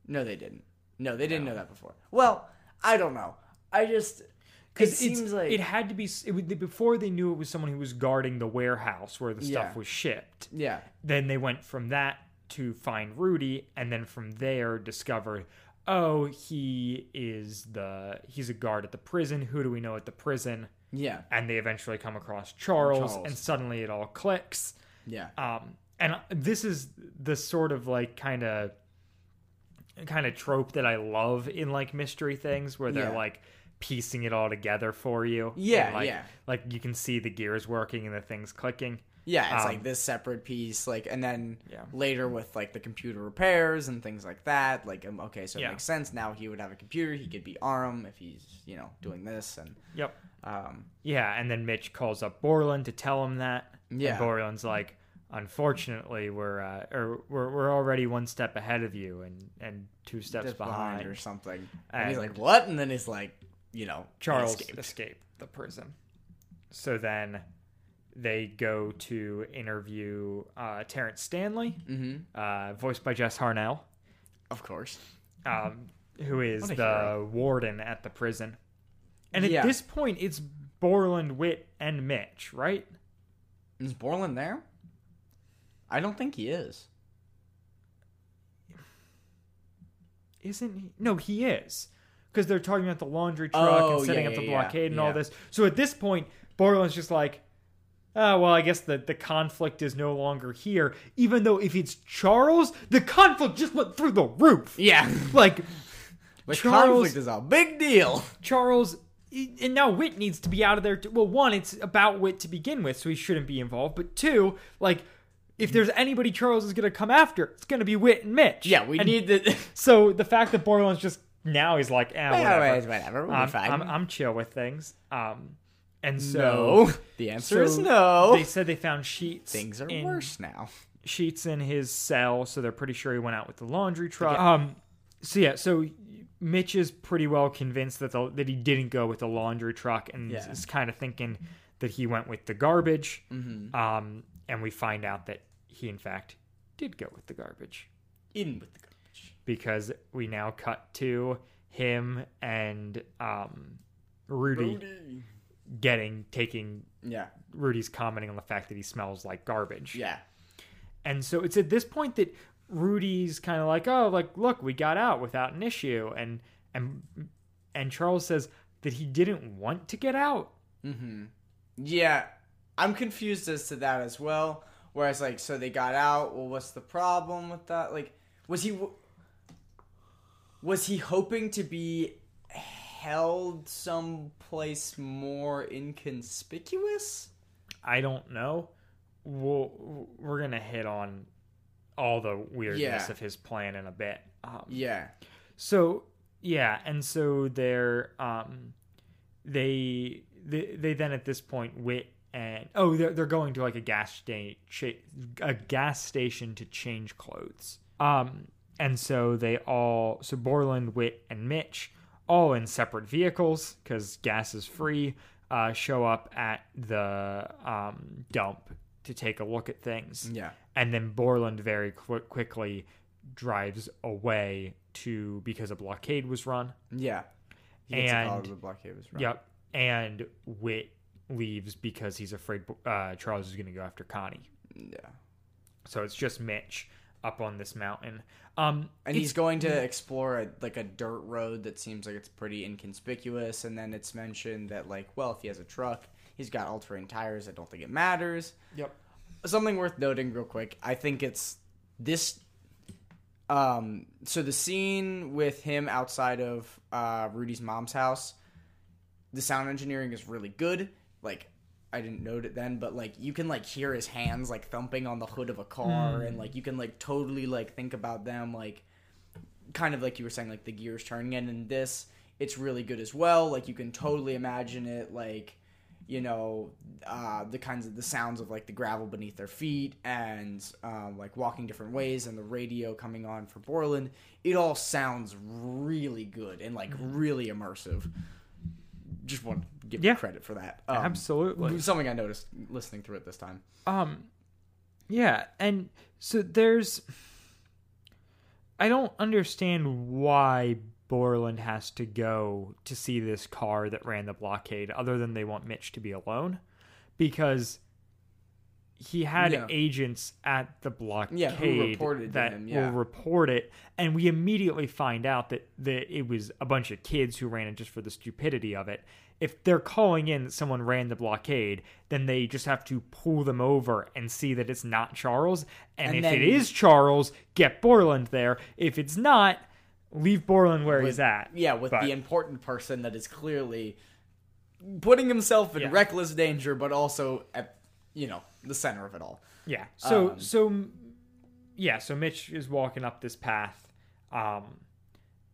[SPEAKER 3] No, they didn't. No, they didn't know that before. Well, I don't know. I just it
[SPEAKER 2] Because
[SPEAKER 3] seems like
[SPEAKER 2] it had to be s- it, would- before they knew it was someone who was guarding the warehouse where the
[SPEAKER 3] Yeah.
[SPEAKER 2] stuff was shipped.
[SPEAKER 3] yeah,
[SPEAKER 2] Then they went from that to find Rudy, and then from there discovered, oh, he is the he's a guard at the prison. Who do we know at the prison?
[SPEAKER 3] yeah,
[SPEAKER 2] And they eventually come across Charles,
[SPEAKER 3] Charles.
[SPEAKER 2] and suddenly it all clicks.
[SPEAKER 3] yeah,
[SPEAKER 2] Um, and this is the sort of like kind of kind of trope that I love in like mystery things where they're
[SPEAKER 3] Yeah.
[SPEAKER 2] like piecing it all together for you.
[SPEAKER 3] Yeah,
[SPEAKER 2] And, like,
[SPEAKER 3] yeah.
[SPEAKER 2] Like you can see the gears working and the things clicking.
[SPEAKER 3] yeah. It's
[SPEAKER 2] Um,
[SPEAKER 3] like this separate piece, like, and then
[SPEAKER 2] Yeah.
[SPEAKER 3] later with like the computer repairs and things like that. Like, um, okay, so it
[SPEAKER 2] Yeah.
[SPEAKER 3] makes sense now. He would have a computer. He could be Arm if he's you know doing this and
[SPEAKER 2] Yep.
[SPEAKER 3] um
[SPEAKER 2] Yeah, and then Mitch calls up Borland to tell him that.
[SPEAKER 3] Yeah.
[SPEAKER 2] And Borland's like, unfortunately, we're uh, or we're we're already one step ahead of you and and two steps
[SPEAKER 3] just behind.
[SPEAKER 2] behind.
[SPEAKER 3] or something. And he's
[SPEAKER 2] And-
[SPEAKER 3] like, what? And then he's like, you know,
[SPEAKER 2] Charles
[SPEAKER 3] escaped.
[SPEAKER 2] escaped. the prison. So then they go to interview uh, Terrence Stanley,
[SPEAKER 3] Mhm.
[SPEAKER 2] uh, voiced by Jess Harnell,
[SPEAKER 3] Of course.
[SPEAKER 2] um, who is
[SPEAKER 3] What
[SPEAKER 2] the
[SPEAKER 3] a hero.
[SPEAKER 2] warden at the prison. And at
[SPEAKER 3] Yeah.
[SPEAKER 2] this point, it's Borland, Witt, and Mitch, right?
[SPEAKER 3] Is Borland there? I don't think he is.
[SPEAKER 2] Isn't he? No, he is. Because they're talking about the laundry truck
[SPEAKER 3] Oh,
[SPEAKER 2] and setting
[SPEAKER 3] yeah,
[SPEAKER 2] up the
[SPEAKER 3] yeah, yeah,
[SPEAKER 2] blockade and
[SPEAKER 3] yeah.
[SPEAKER 2] all this. So at this point, Borland's just like, oh, well, I guess the, the conflict is no longer here. Even though if it's Charles, the conflict just went through the roof.
[SPEAKER 3] Yeah.
[SPEAKER 2] Like,
[SPEAKER 3] The
[SPEAKER 2] Charles-
[SPEAKER 3] conflict is a big deal.
[SPEAKER 2] Charles. And now Wit needs to be out of there. Too. Well, one, it's about Wit to begin with, so he shouldn't be involved. But two, like, if
[SPEAKER 3] Mm.
[SPEAKER 2] there's anybody Charles is going to come after, it's going to be Wit and Mitch.
[SPEAKER 3] Yeah, we
[SPEAKER 2] And
[SPEAKER 3] need the.
[SPEAKER 2] So the fact that Borland's just now he's like, eh, whatever. Um,
[SPEAKER 3] Anyways, whatever. We'll be
[SPEAKER 2] I'm,
[SPEAKER 3] fine.
[SPEAKER 2] I'm, I'm chill with things. Um, and so
[SPEAKER 3] no. The answer is
[SPEAKER 2] so
[SPEAKER 3] no.
[SPEAKER 2] They said they found sheets.
[SPEAKER 3] Things are
[SPEAKER 2] in,
[SPEAKER 3] worse now.
[SPEAKER 2] Sheets in his cell, so they're pretty sure he went out with the laundry truck. Um, so yeah, so Mitch is pretty well convinced that the, that he didn't go with the laundry truck, and
[SPEAKER 3] Yeah.
[SPEAKER 2] is kind of thinking that he went with the garbage.
[SPEAKER 3] Mm-hmm.
[SPEAKER 2] Um, and we find out that he in fact did go with the garbage
[SPEAKER 3] In with the garbage.
[SPEAKER 2] because we now cut to him and um, Rudy getting taking
[SPEAKER 3] Yeah.
[SPEAKER 2] Rudy's commenting on the fact that he smells like garbage.
[SPEAKER 3] Yeah.
[SPEAKER 2] And so it's at this point that Rudy's kind of like, "Oh, like look, we got out without an issue." And and and Charles says that he didn't want to get out.
[SPEAKER 3] Mm-hmm. Yeah. I'm confused as to that as well. Whereas, like, so they got out. Well, what's the problem with that? Like, was he. Was he hoping to be held someplace more inconspicuous?
[SPEAKER 2] I don't know. We'll, we're going to hit on all the weirdness
[SPEAKER 3] Yeah.
[SPEAKER 2] of his plan in a bit. Um,
[SPEAKER 3] Yeah.
[SPEAKER 2] So yeah, and so they're um they they, they then at this point wit and oh they're they're going to like a gas sta- cha- a gas station to change clothes. Um and so they all so Borland, Wit, and Mitch all in separate vehicles because gas is free. Uh, show up at the um, dump to take a look at things
[SPEAKER 3] Yeah.
[SPEAKER 2] and then Borland very qu- quickly drives away to because a blockade was run.
[SPEAKER 3] Yeah. He gets a call
[SPEAKER 2] And-
[SPEAKER 3] to the blockade was right.
[SPEAKER 2] Yep, and Wit leaves because he's afraid uh, Charles is going to go after Connie.
[SPEAKER 3] Yeah.
[SPEAKER 2] So it's just Mitch up on this mountain. Um, it's-
[SPEAKER 3] and he's going to explore a, like a dirt road that seems like it's pretty inconspicuous and then it's mentioned that like well if he has a truck he's got all-terrain tires i don't think it matters
[SPEAKER 2] yep.
[SPEAKER 3] something worth noting real quick i think it's this um so the scene with him outside of uh rudy's mom's house the sound engineering is really good like i didn't note it then but like you can like hear his hands like thumping on the hood of a car and like you can like totally like think about them like kind of like you were saying like the gears turning and in this it's really good as well like you can totally imagine it like you know uh, the kinds of the sounds of like the gravel beneath their feet and um, like walking different ways and the radio coming on for Borland. It all sounds really good and like really immersive. Just want to give
[SPEAKER 2] Mm-hmm. Yeah.
[SPEAKER 3] you credit for that. Um,
[SPEAKER 2] Absolutely.
[SPEAKER 3] Something I noticed listening through it this time.
[SPEAKER 2] Um yeah, and so there's I don't understand why Borland has to go to see this car that ran the blockade other than they want Mitch to be alone because he had
[SPEAKER 3] Yeah.
[SPEAKER 2] agents at the blockade
[SPEAKER 3] reported to
[SPEAKER 2] that
[SPEAKER 3] him, yeah.
[SPEAKER 2] will report it and we immediately find out that, that it was a bunch of kids who ran it just for the stupidity of it if they're calling in that someone ran the blockade then they just have to pull them over and see that it's not charles and,
[SPEAKER 3] And
[SPEAKER 2] if
[SPEAKER 3] then-
[SPEAKER 2] it is charles get borland there if it's not leave borland where he's at
[SPEAKER 3] Yeah, with
[SPEAKER 2] But-
[SPEAKER 3] the important person that is clearly putting himself in
[SPEAKER 2] Yeah.
[SPEAKER 3] reckless danger, but also at you know the center of it all.
[SPEAKER 2] Yeah. So
[SPEAKER 3] Um,
[SPEAKER 2] so yeah, so Mitch is walking up this path um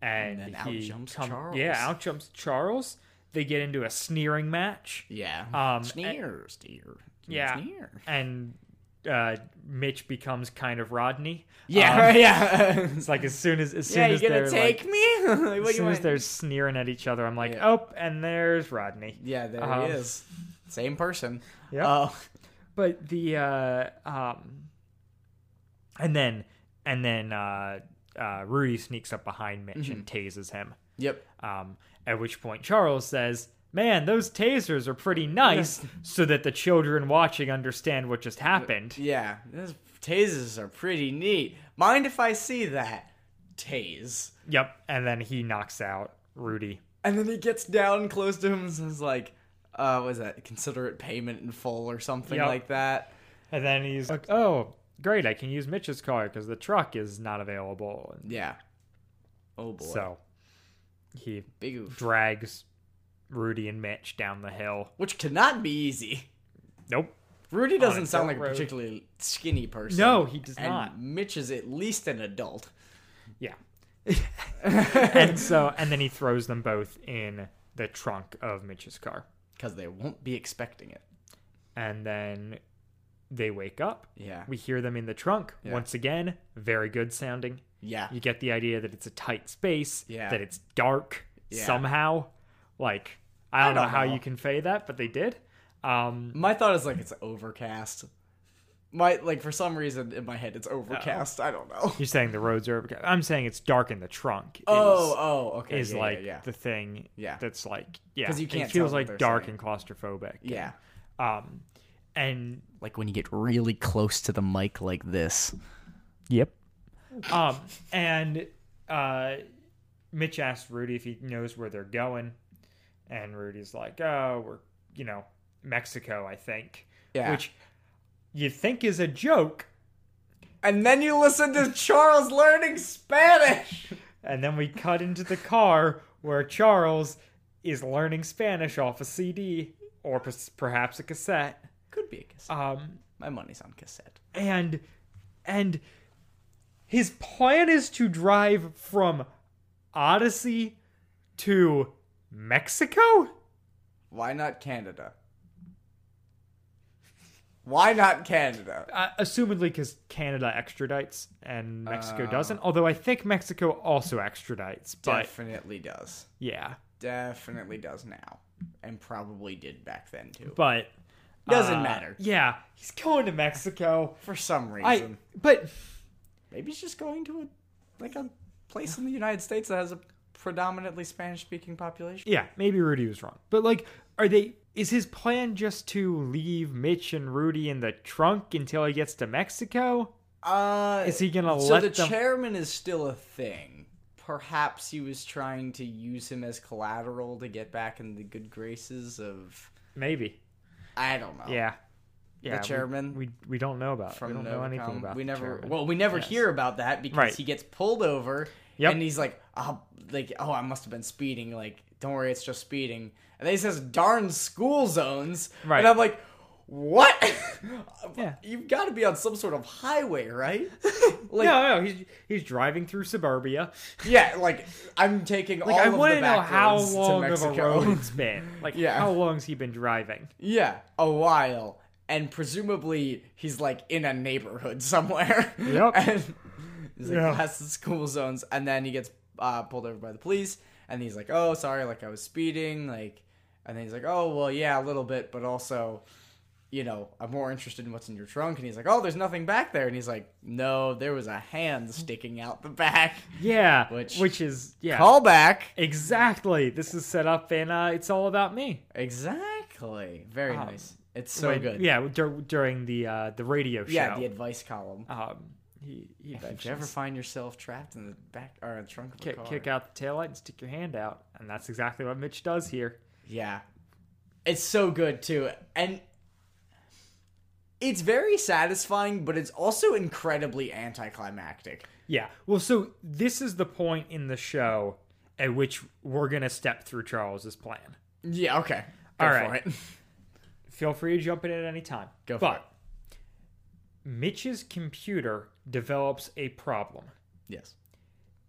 [SPEAKER 2] and,
[SPEAKER 3] And then out
[SPEAKER 2] he
[SPEAKER 3] jumps
[SPEAKER 2] come-
[SPEAKER 3] Charles.
[SPEAKER 2] Yeah, out jumps Charles. They get into a sneering match
[SPEAKER 3] Yeah,
[SPEAKER 2] Um,
[SPEAKER 3] sneer, steer,
[SPEAKER 2] Yeah.
[SPEAKER 3] sneer.
[SPEAKER 2] and uh Mitch becomes kind of Rodney. Um,
[SPEAKER 3] Yeah, yeah.
[SPEAKER 2] it's like as soon as as soon
[SPEAKER 3] yeah, you
[SPEAKER 2] as
[SPEAKER 3] gonna
[SPEAKER 2] they're
[SPEAKER 3] take
[SPEAKER 2] like,
[SPEAKER 3] me? What do
[SPEAKER 2] as
[SPEAKER 3] you
[SPEAKER 2] soon as
[SPEAKER 3] want?
[SPEAKER 2] they're sneering at each other, I'm like,
[SPEAKER 3] Yeah.
[SPEAKER 2] "Oh, and there's Rodney."
[SPEAKER 3] Yeah, there
[SPEAKER 2] Um,
[SPEAKER 3] he is. Same person.
[SPEAKER 2] Yep.
[SPEAKER 3] Oh,
[SPEAKER 2] but the uh um and then and then uh uh Rudy sneaks up behind Mitch and
[SPEAKER 3] Mm-hmm.
[SPEAKER 2] tases him.
[SPEAKER 3] yep.
[SPEAKER 2] Um, at which point Charles says, Man, those tasers are pretty nice so that the children watching understand what just happened.
[SPEAKER 3] Yeah, those tases are pretty neat. Mind if I see that tase?
[SPEAKER 2] Yep. And then he knocks out Rudy.
[SPEAKER 3] And then he gets down close to him and says like, uh, what was that considerate payment in full or something
[SPEAKER 2] Yep.
[SPEAKER 3] like that?
[SPEAKER 2] And then he's like, Oh, great. I can use Mitch's car because the truck is not available. And
[SPEAKER 3] Yeah. Oh boy.
[SPEAKER 2] so he
[SPEAKER 3] Big oof.
[SPEAKER 2] drags Rudy and Mitch down the hill.
[SPEAKER 3] Which cannot be easy.
[SPEAKER 2] Nope.
[SPEAKER 3] Rudy doesn't
[SPEAKER 2] a
[SPEAKER 3] sound
[SPEAKER 2] dirt
[SPEAKER 3] like a
[SPEAKER 2] road.
[SPEAKER 3] particularly skinny person.
[SPEAKER 2] No, he does
[SPEAKER 3] and
[SPEAKER 2] not.
[SPEAKER 3] Mitch is at least an adult.
[SPEAKER 2] Yeah. and so, and then he throws them both in the trunk of Mitch's car.
[SPEAKER 3] Because they won't be expecting it.
[SPEAKER 2] And then they wake up.
[SPEAKER 3] Yeah.
[SPEAKER 2] We hear them in the trunk
[SPEAKER 3] Yeah.
[SPEAKER 2] once again. Very good sounding.
[SPEAKER 3] Yeah.
[SPEAKER 2] You get the idea that it's a tight space.
[SPEAKER 3] Yeah.
[SPEAKER 2] That it's dark
[SPEAKER 3] Yeah.
[SPEAKER 2] somehow. Like I don't, know,
[SPEAKER 3] don't
[SPEAKER 2] how
[SPEAKER 3] know.
[SPEAKER 2] you convey that, but they did. Um,
[SPEAKER 3] My thought is like it's overcast. My like for some reason in my head it's overcast. I don't know.
[SPEAKER 2] you're saying the roads are. I'm saying it's dark in the trunk. Is,
[SPEAKER 3] Oh, oh, okay.
[SPEAKER 2] is
[SPEAKER 3] yeah,
[SPEAKER 2] like
[SPEAKER 3] yeah,
[SPEAKER 2] the thing.
[SPEAKER 3] Yeah.
[SPEAKER 2] That's like yeah.
[SPEAKER 3] 'Cause you can't
[SPEAKER 2] It feels
[SPEAKER 3] tell what
[SPEAKER 2] like
[SPEAKER 3] they're
[SPEAKER 2] dark and
[SPEAKER 3] saying.
[SPEAKER 2] claustrophobic.
[SPEAKER 3] yeah. yeah.
[SPEAKER 2] Um, and
[SPEAKER 3] Like when you get really close to the mic like this.
[SPEAKER 2] Yep. Um, and uh, Mitch asks Rudy if he knows where they're going, and Rudy's like, "Oh, we're you know Mexico, I think."
[SPEAKER 3] Yeah.
[SPEAKER 2] Which you think is a joke,
[SPEAKER 3] And then you listen to Charles learning Spanish.
[SPEAKER 2] and then we cut into the car where Charles is learning Spanish off a CD or per- perhaps a cassette.
[SPEAKER 3] Could be a cassette.
[SPEAKER 2] Um,
[SPEAKER 3] My money's on cassette.
[SPEAKER 2] and and his plan is to drive from Odyssey to Mexico.
[SPEAKER 3] Why not Canada? Why not Canada?
[SPEAKER 2] Uh, assumedly, because Canada extradites and Mexico
[SPEAKER 3] Oh.
[SPEAKER 2] doesn't. Although I think Mexico also extradites. But
[SPEAKER 3] Definitely does.
[SPEAKER 2] yeah,
[SPEAKER 3] Definitely does now. And probably did back then too.
[SPEAKER 2] but
[SPEAKER 3] Doesn't
[SPEAKER 2] uh,
[SPEAKER 3] matter.
[SPEAKER 2] Yeah, he's going to Mexico.
[SPEAKER 3] For some
[SPEAKER 2] I
[SPEAKER 3] reason.
[SPEAKER 2] but
[SPEAKER 3] Maybe he's just going to a like a place in the United States that has a predominantly Spanish speaking population.
[SPEAKER 2] yeah, maybe Rudy was wrong. But like, are they? Is his plan just to leave Mitch and Rudy in the trunk until he gets to Mexico?
[SPEAKER 3] Uh
[SPEAKER 2] Is he gonna
[SPEAKER 3] So
[SPEAKER 2] let
[SPEAKER 3] the
[SPEAKER 2] them?
[SPEAKER 3] chairman is still a thing. Perhaps he was trying to use him as collateral to get back in the good graces of
[SPEAKER 2] Maybe.
[SPEAKER 3] I don't know.
[SPEAKER 2] Yeah. Yeah. we-
[SPEAKER 3] Oh. chairman
[SPEAKER 2] We, we don't know about. From
[SPEAKER 3] From
[SPEAKER 2] we don't know anything
[SPEAKER 3] Novacom.
[SPEAKER 2] about.
[SPEAKER 3] we
[SPEAKER 2] the
[SPEAKER 3] never
[SPEAKER 2] chairman.
[SPEAKER 3] well we never hear about that because
[SPEAKER 2] Right.
[SPEAKER 3] he gets pulled over
[SPEAKER 2] Yep.
[SPEAKER 3] and he's like oh, like oh I must have been speeding like don't worry it's just speeding and then he says darn school zones
[SPEAKER 2] Right.
[SPEAKER 3] and I'm like what?
[SPEAKER 2] Yeah.
[SPEAKER 3] You've got to be on some sort of highway, right? Like,
[SPEAKER 2] no, no, he's he's driving through suburbia.
[SPEAKER 3] yeah, like I'm taking
[SPEAKER 2] Like
[SPEAKER 3] all
[SPEAKER 2] I
[SPEAKER 3] of
[SPEAKER 2] want
[SPEAKER 3] the
[SPEAKER 2] to know
[SPEAKER 3] back
[SPEAKER 2] how
[SPEAKER 3] roads
[SPEAKER 2] long
[SPEAKER 3] to
[SPEAKER 2] of a
[SPEAKER 3] Mexico.
[SPEAKER 2] road it's been. Like
[SPEAKER 3] Yeah.
[SPEAKER 2] how long's he been driving?
[SPEAKER 3] yeah, a while, and presumably he's like in a neighborhood somewhere.
[SPEAKER 2] Yep.
[SPEAKER 3] and he's like
[SPEAKER 2] Yeah.
[SPEAKER 3] past the school zones, and then he gets uh, pulled over by the police, and he's like, "Oh, sorry, like I was speeding," like, and then he's like, "Oh, well, yeah, a little bit, but also." you know, I'm more interested in what's in your trunk. And he's like, oh, there's nothing back there. And he's like, no, there was a hand sticking out the back.
[SPEAKER 2] Yeah,
[SPEAKER 3] Which-
[SPEAKER 2] which is yeah.
[SPEAKER 3] Call back.
[SPEAKER 2] Exactly. This is set up in uh, It's All About Me.
[SPEAKER 3] Exactly. Very
[SPEAKER 2] Um,
[SPEAKER 3] nice. It's so
[SPEAKER 2] When-
[SPEAKER 3] good.
[SPEAKER 2] Yeah, dur- during the uh, the radio show.
[SPEAKER 3] Yeah, the advice column.
[SPEAKER 2] um, he he
[SPEAKER 3] If you ever
[SPEAKER 2] mentions,
[SPEAKER 3] find yourself trapped in the back or the trunk of a
[SPEAKER 2] kick,
[SPEAKER 3] car,
[SPEAKER 2] kick out the taillight and stick your hand out. And that's exactly what Mitch does here.
[SPEAKER 3] yeah, it's so good too, and it's very satisfying, but it's also incredibly anticlimactic.
[SPEAKER 2] Yeah. Well, so this is the point in the show at which we're going to step through Charles's plan.
[SPEAKER 3] Yeah. Okay. Go
[SPEAKER 2] All
[SPEAKER 3] for
[SPEAKER 2] right.
[SPEAKER 3] it.
[SPEAKER 2] Feel free to jump in at any time.
[SPEAKER 3] Go for
[SPEAKER 2] but Mitch's computer develops a problem.
[SPEAKER 3] Yes.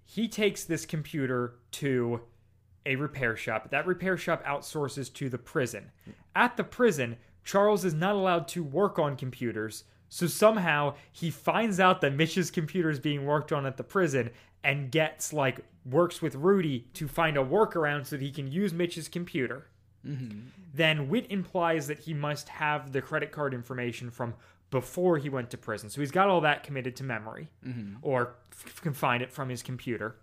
[SPEAKER 2] He takes this computer to a repair shop. That repair shop outsources to the prison. At the prison, Charles is not allowed to work on computers. So somehow he finds out that Mitch's computer is being worked on at the prison and gets like works with Rudy to find a workaround so that he can use Mitch's computer. Then Wit implies that he must have the credit card information from before he went to prison. So he's got all that committed to memory or f- can find it from his computer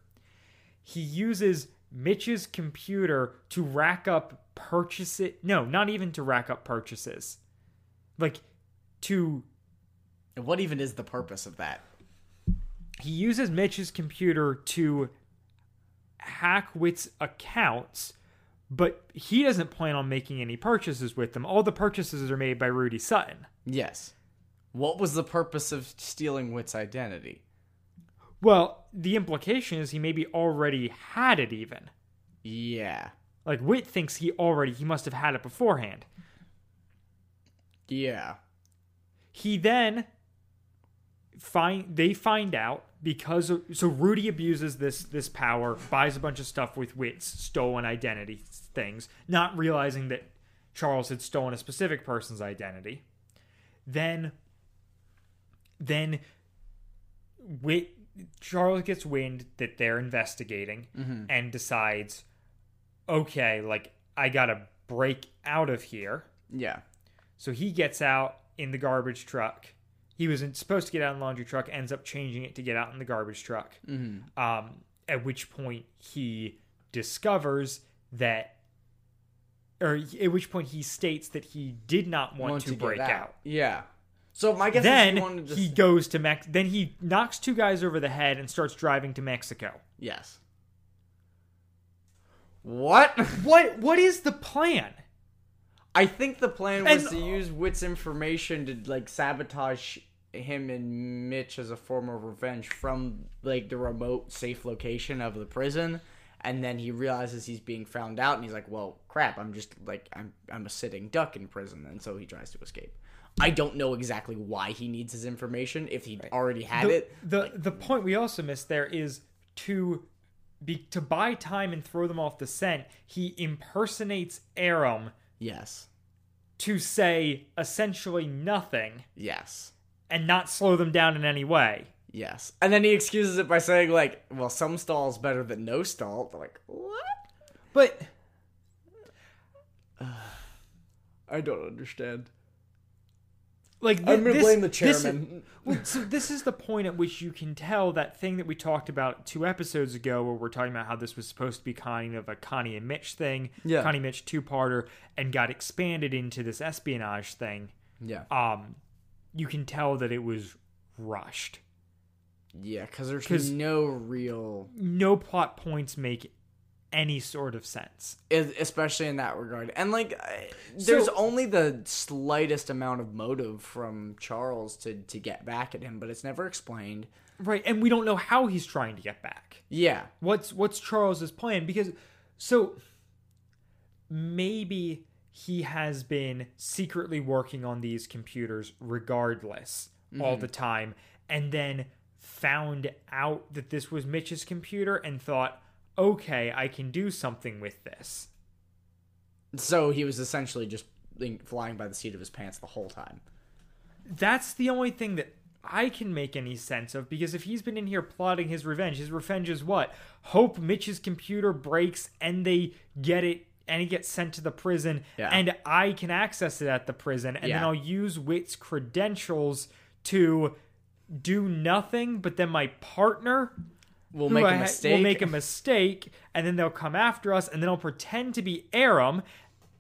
[SPEAKER 2] he uses Mitch's computer to rack up purchases. No, not even to rack up purchases. Like to
[SPEAKER 3] And what even is the purpose of that?
[SPEAKER 2] he uses Mitch's computer to hack Wit's accounts, but he doesn't plan on making any purchases with them. All the purchases are made by Rudy Sutton.
[SPEAKER 3] Yes. What was the purpose of stealing Wit's identity?
[SPEAKER 2] Well, the implication is he maybe already had it even.
[SPEAKER 3] Yeah.
[SPEAKER 2] Like Wit thinks he already he must have had it beforehand.
[SPEAKER 3] Yeah.
[SPEAKER 2] he then find they find out because of so Rudy abuses this this power, buys a bunch of stuff with Wit's stolen identity things, not realizing that Charles had stolen a specific person's identity. Then then Wit Charles gets wind that they're investigating and decides, okay, like I gotta break out of here.
[SPEAKER 3] Yeah.
[SPEAKER 2] So he gets out in the garbage truck. He was in- supposed to get out in the laundry truck, ends up changing it to get out in the garbage truck. Um, at which point he discovers that, or at which point he states that he did not want, to,
[SPEAKER 3] get
[SPEAKER 2] break out.
[SPEAKER 3] Yeah. So my guess is he
[SPEAKER 2] Then
[SPEAKER 3] wanted to
[SPEAKER 2] he
[SPEAKER 3] just-
[SPEAKER 2] goes to Mex. Then he knocks two guys over the head and starts driving to Mexico.
[SPEAKER 3] yes. What?
[SPEAKER 2] What? What is the plan?
[SPEAKER 3] I think the plan was
[SPEAKER 2] And-
[SPEAKER 3] to use Wit's information to like sabotage him and Mitch as a form of revenge from like the remote safe location of the prison and then he realizes he's being found out and he's like, "Well, crap, I'm just like I'm I'm a sitting duck in prison." And so he tries to escape. I don't know exactly why he needs his information if he already had
[SPEAKER 2] the,
[SPEAKER 3] it.
[SPEAKER 2] the the point we also missed there is to be to buy time and throw them off the scent he impersonates aram
[SPEAKER 3] Yes.
[SPEAKER 2] to say essentially nothing
[SPEAKER 3] Yes.
[SPEAKER 2] and not slow them down in any way
[SPEAKER 3] Yes. And then he excuses it by saying, like, well, some stall is better than no stall. They're like, what?
[SPEAKER 2] but
[SPEAKER 3] I don't understand.
[SPEAKER 2] like thi-
[SPEAKER 3] I'm gonna
[SPEAKER 2] this-
[SPEAKER 3] blame the
[SPEAKER 2] this-
[SPEAKER 3] chairman.
[SPEAKER 2] well, so this is the point at which you can tell that thing that we talked about two episodes ago, where we're talking about how this was supposed to be kind of a Connie and Mitch thing,
[SPEAKER 3] Yeah.
[SPEAKER 2] Connie Mitch two parter, and got expanded into this espionage thing.
[SPEAKER 3] Yeah.
[SPEAKER 2] um you can tell that it was rushed
[SPEAKER 3] Yeah, because there's
[SPEAKER 2] 'Cause-
[SPEAKER 3] no real,
[SPEAKER 2] no plot points make any sort of sense
[SPEAKER 3] es- especially in that regard. And, like, I- there's
[SPEAKER 2] So-
[SPEAKER 3] only the slightest amount of motive from Charles to, to get back at him, but it's never explained.
[SPEAKER 2] right and we don't know how he's trying to get back
[SPEAKER 3] Yeah.
[SPEAKER 2] what's what's charles's plan because so maybe he has been secretly working on these computers regardless all the time and then found out that this was Mitch's computer and thought, okay, I can do something with this.
[SPEAKER 3] So he was essentially just like, flying by the seat of his pants the whole time.
[SPEAKER 2] That's the only thing that I can make any sense of because if he's been in here plotting his revenge, his revenge is what? Hope Mitch's computer breaks and they get it and it gets sent to the prison
[SPEAKER 3] Yeah.
[SPEAKER 2] and I can access it at the prison and then
[SPEAKER 3] Yeah.
[SPEAKER 2] I'll use Wit's credentials to do nothing but then my partner
[SPEAKER 3] We'll
[SPEAKER 2] who
[SPEAKER 3] make
[SPEAKER 2] I
[SPEAKER 3] a
[SPEAKER 2] ha-
[SPEAKER 3] mistake.
[SPEAKER 2] Will make a mistake, and then they'll come after us, and then I'll pretend to be Aram,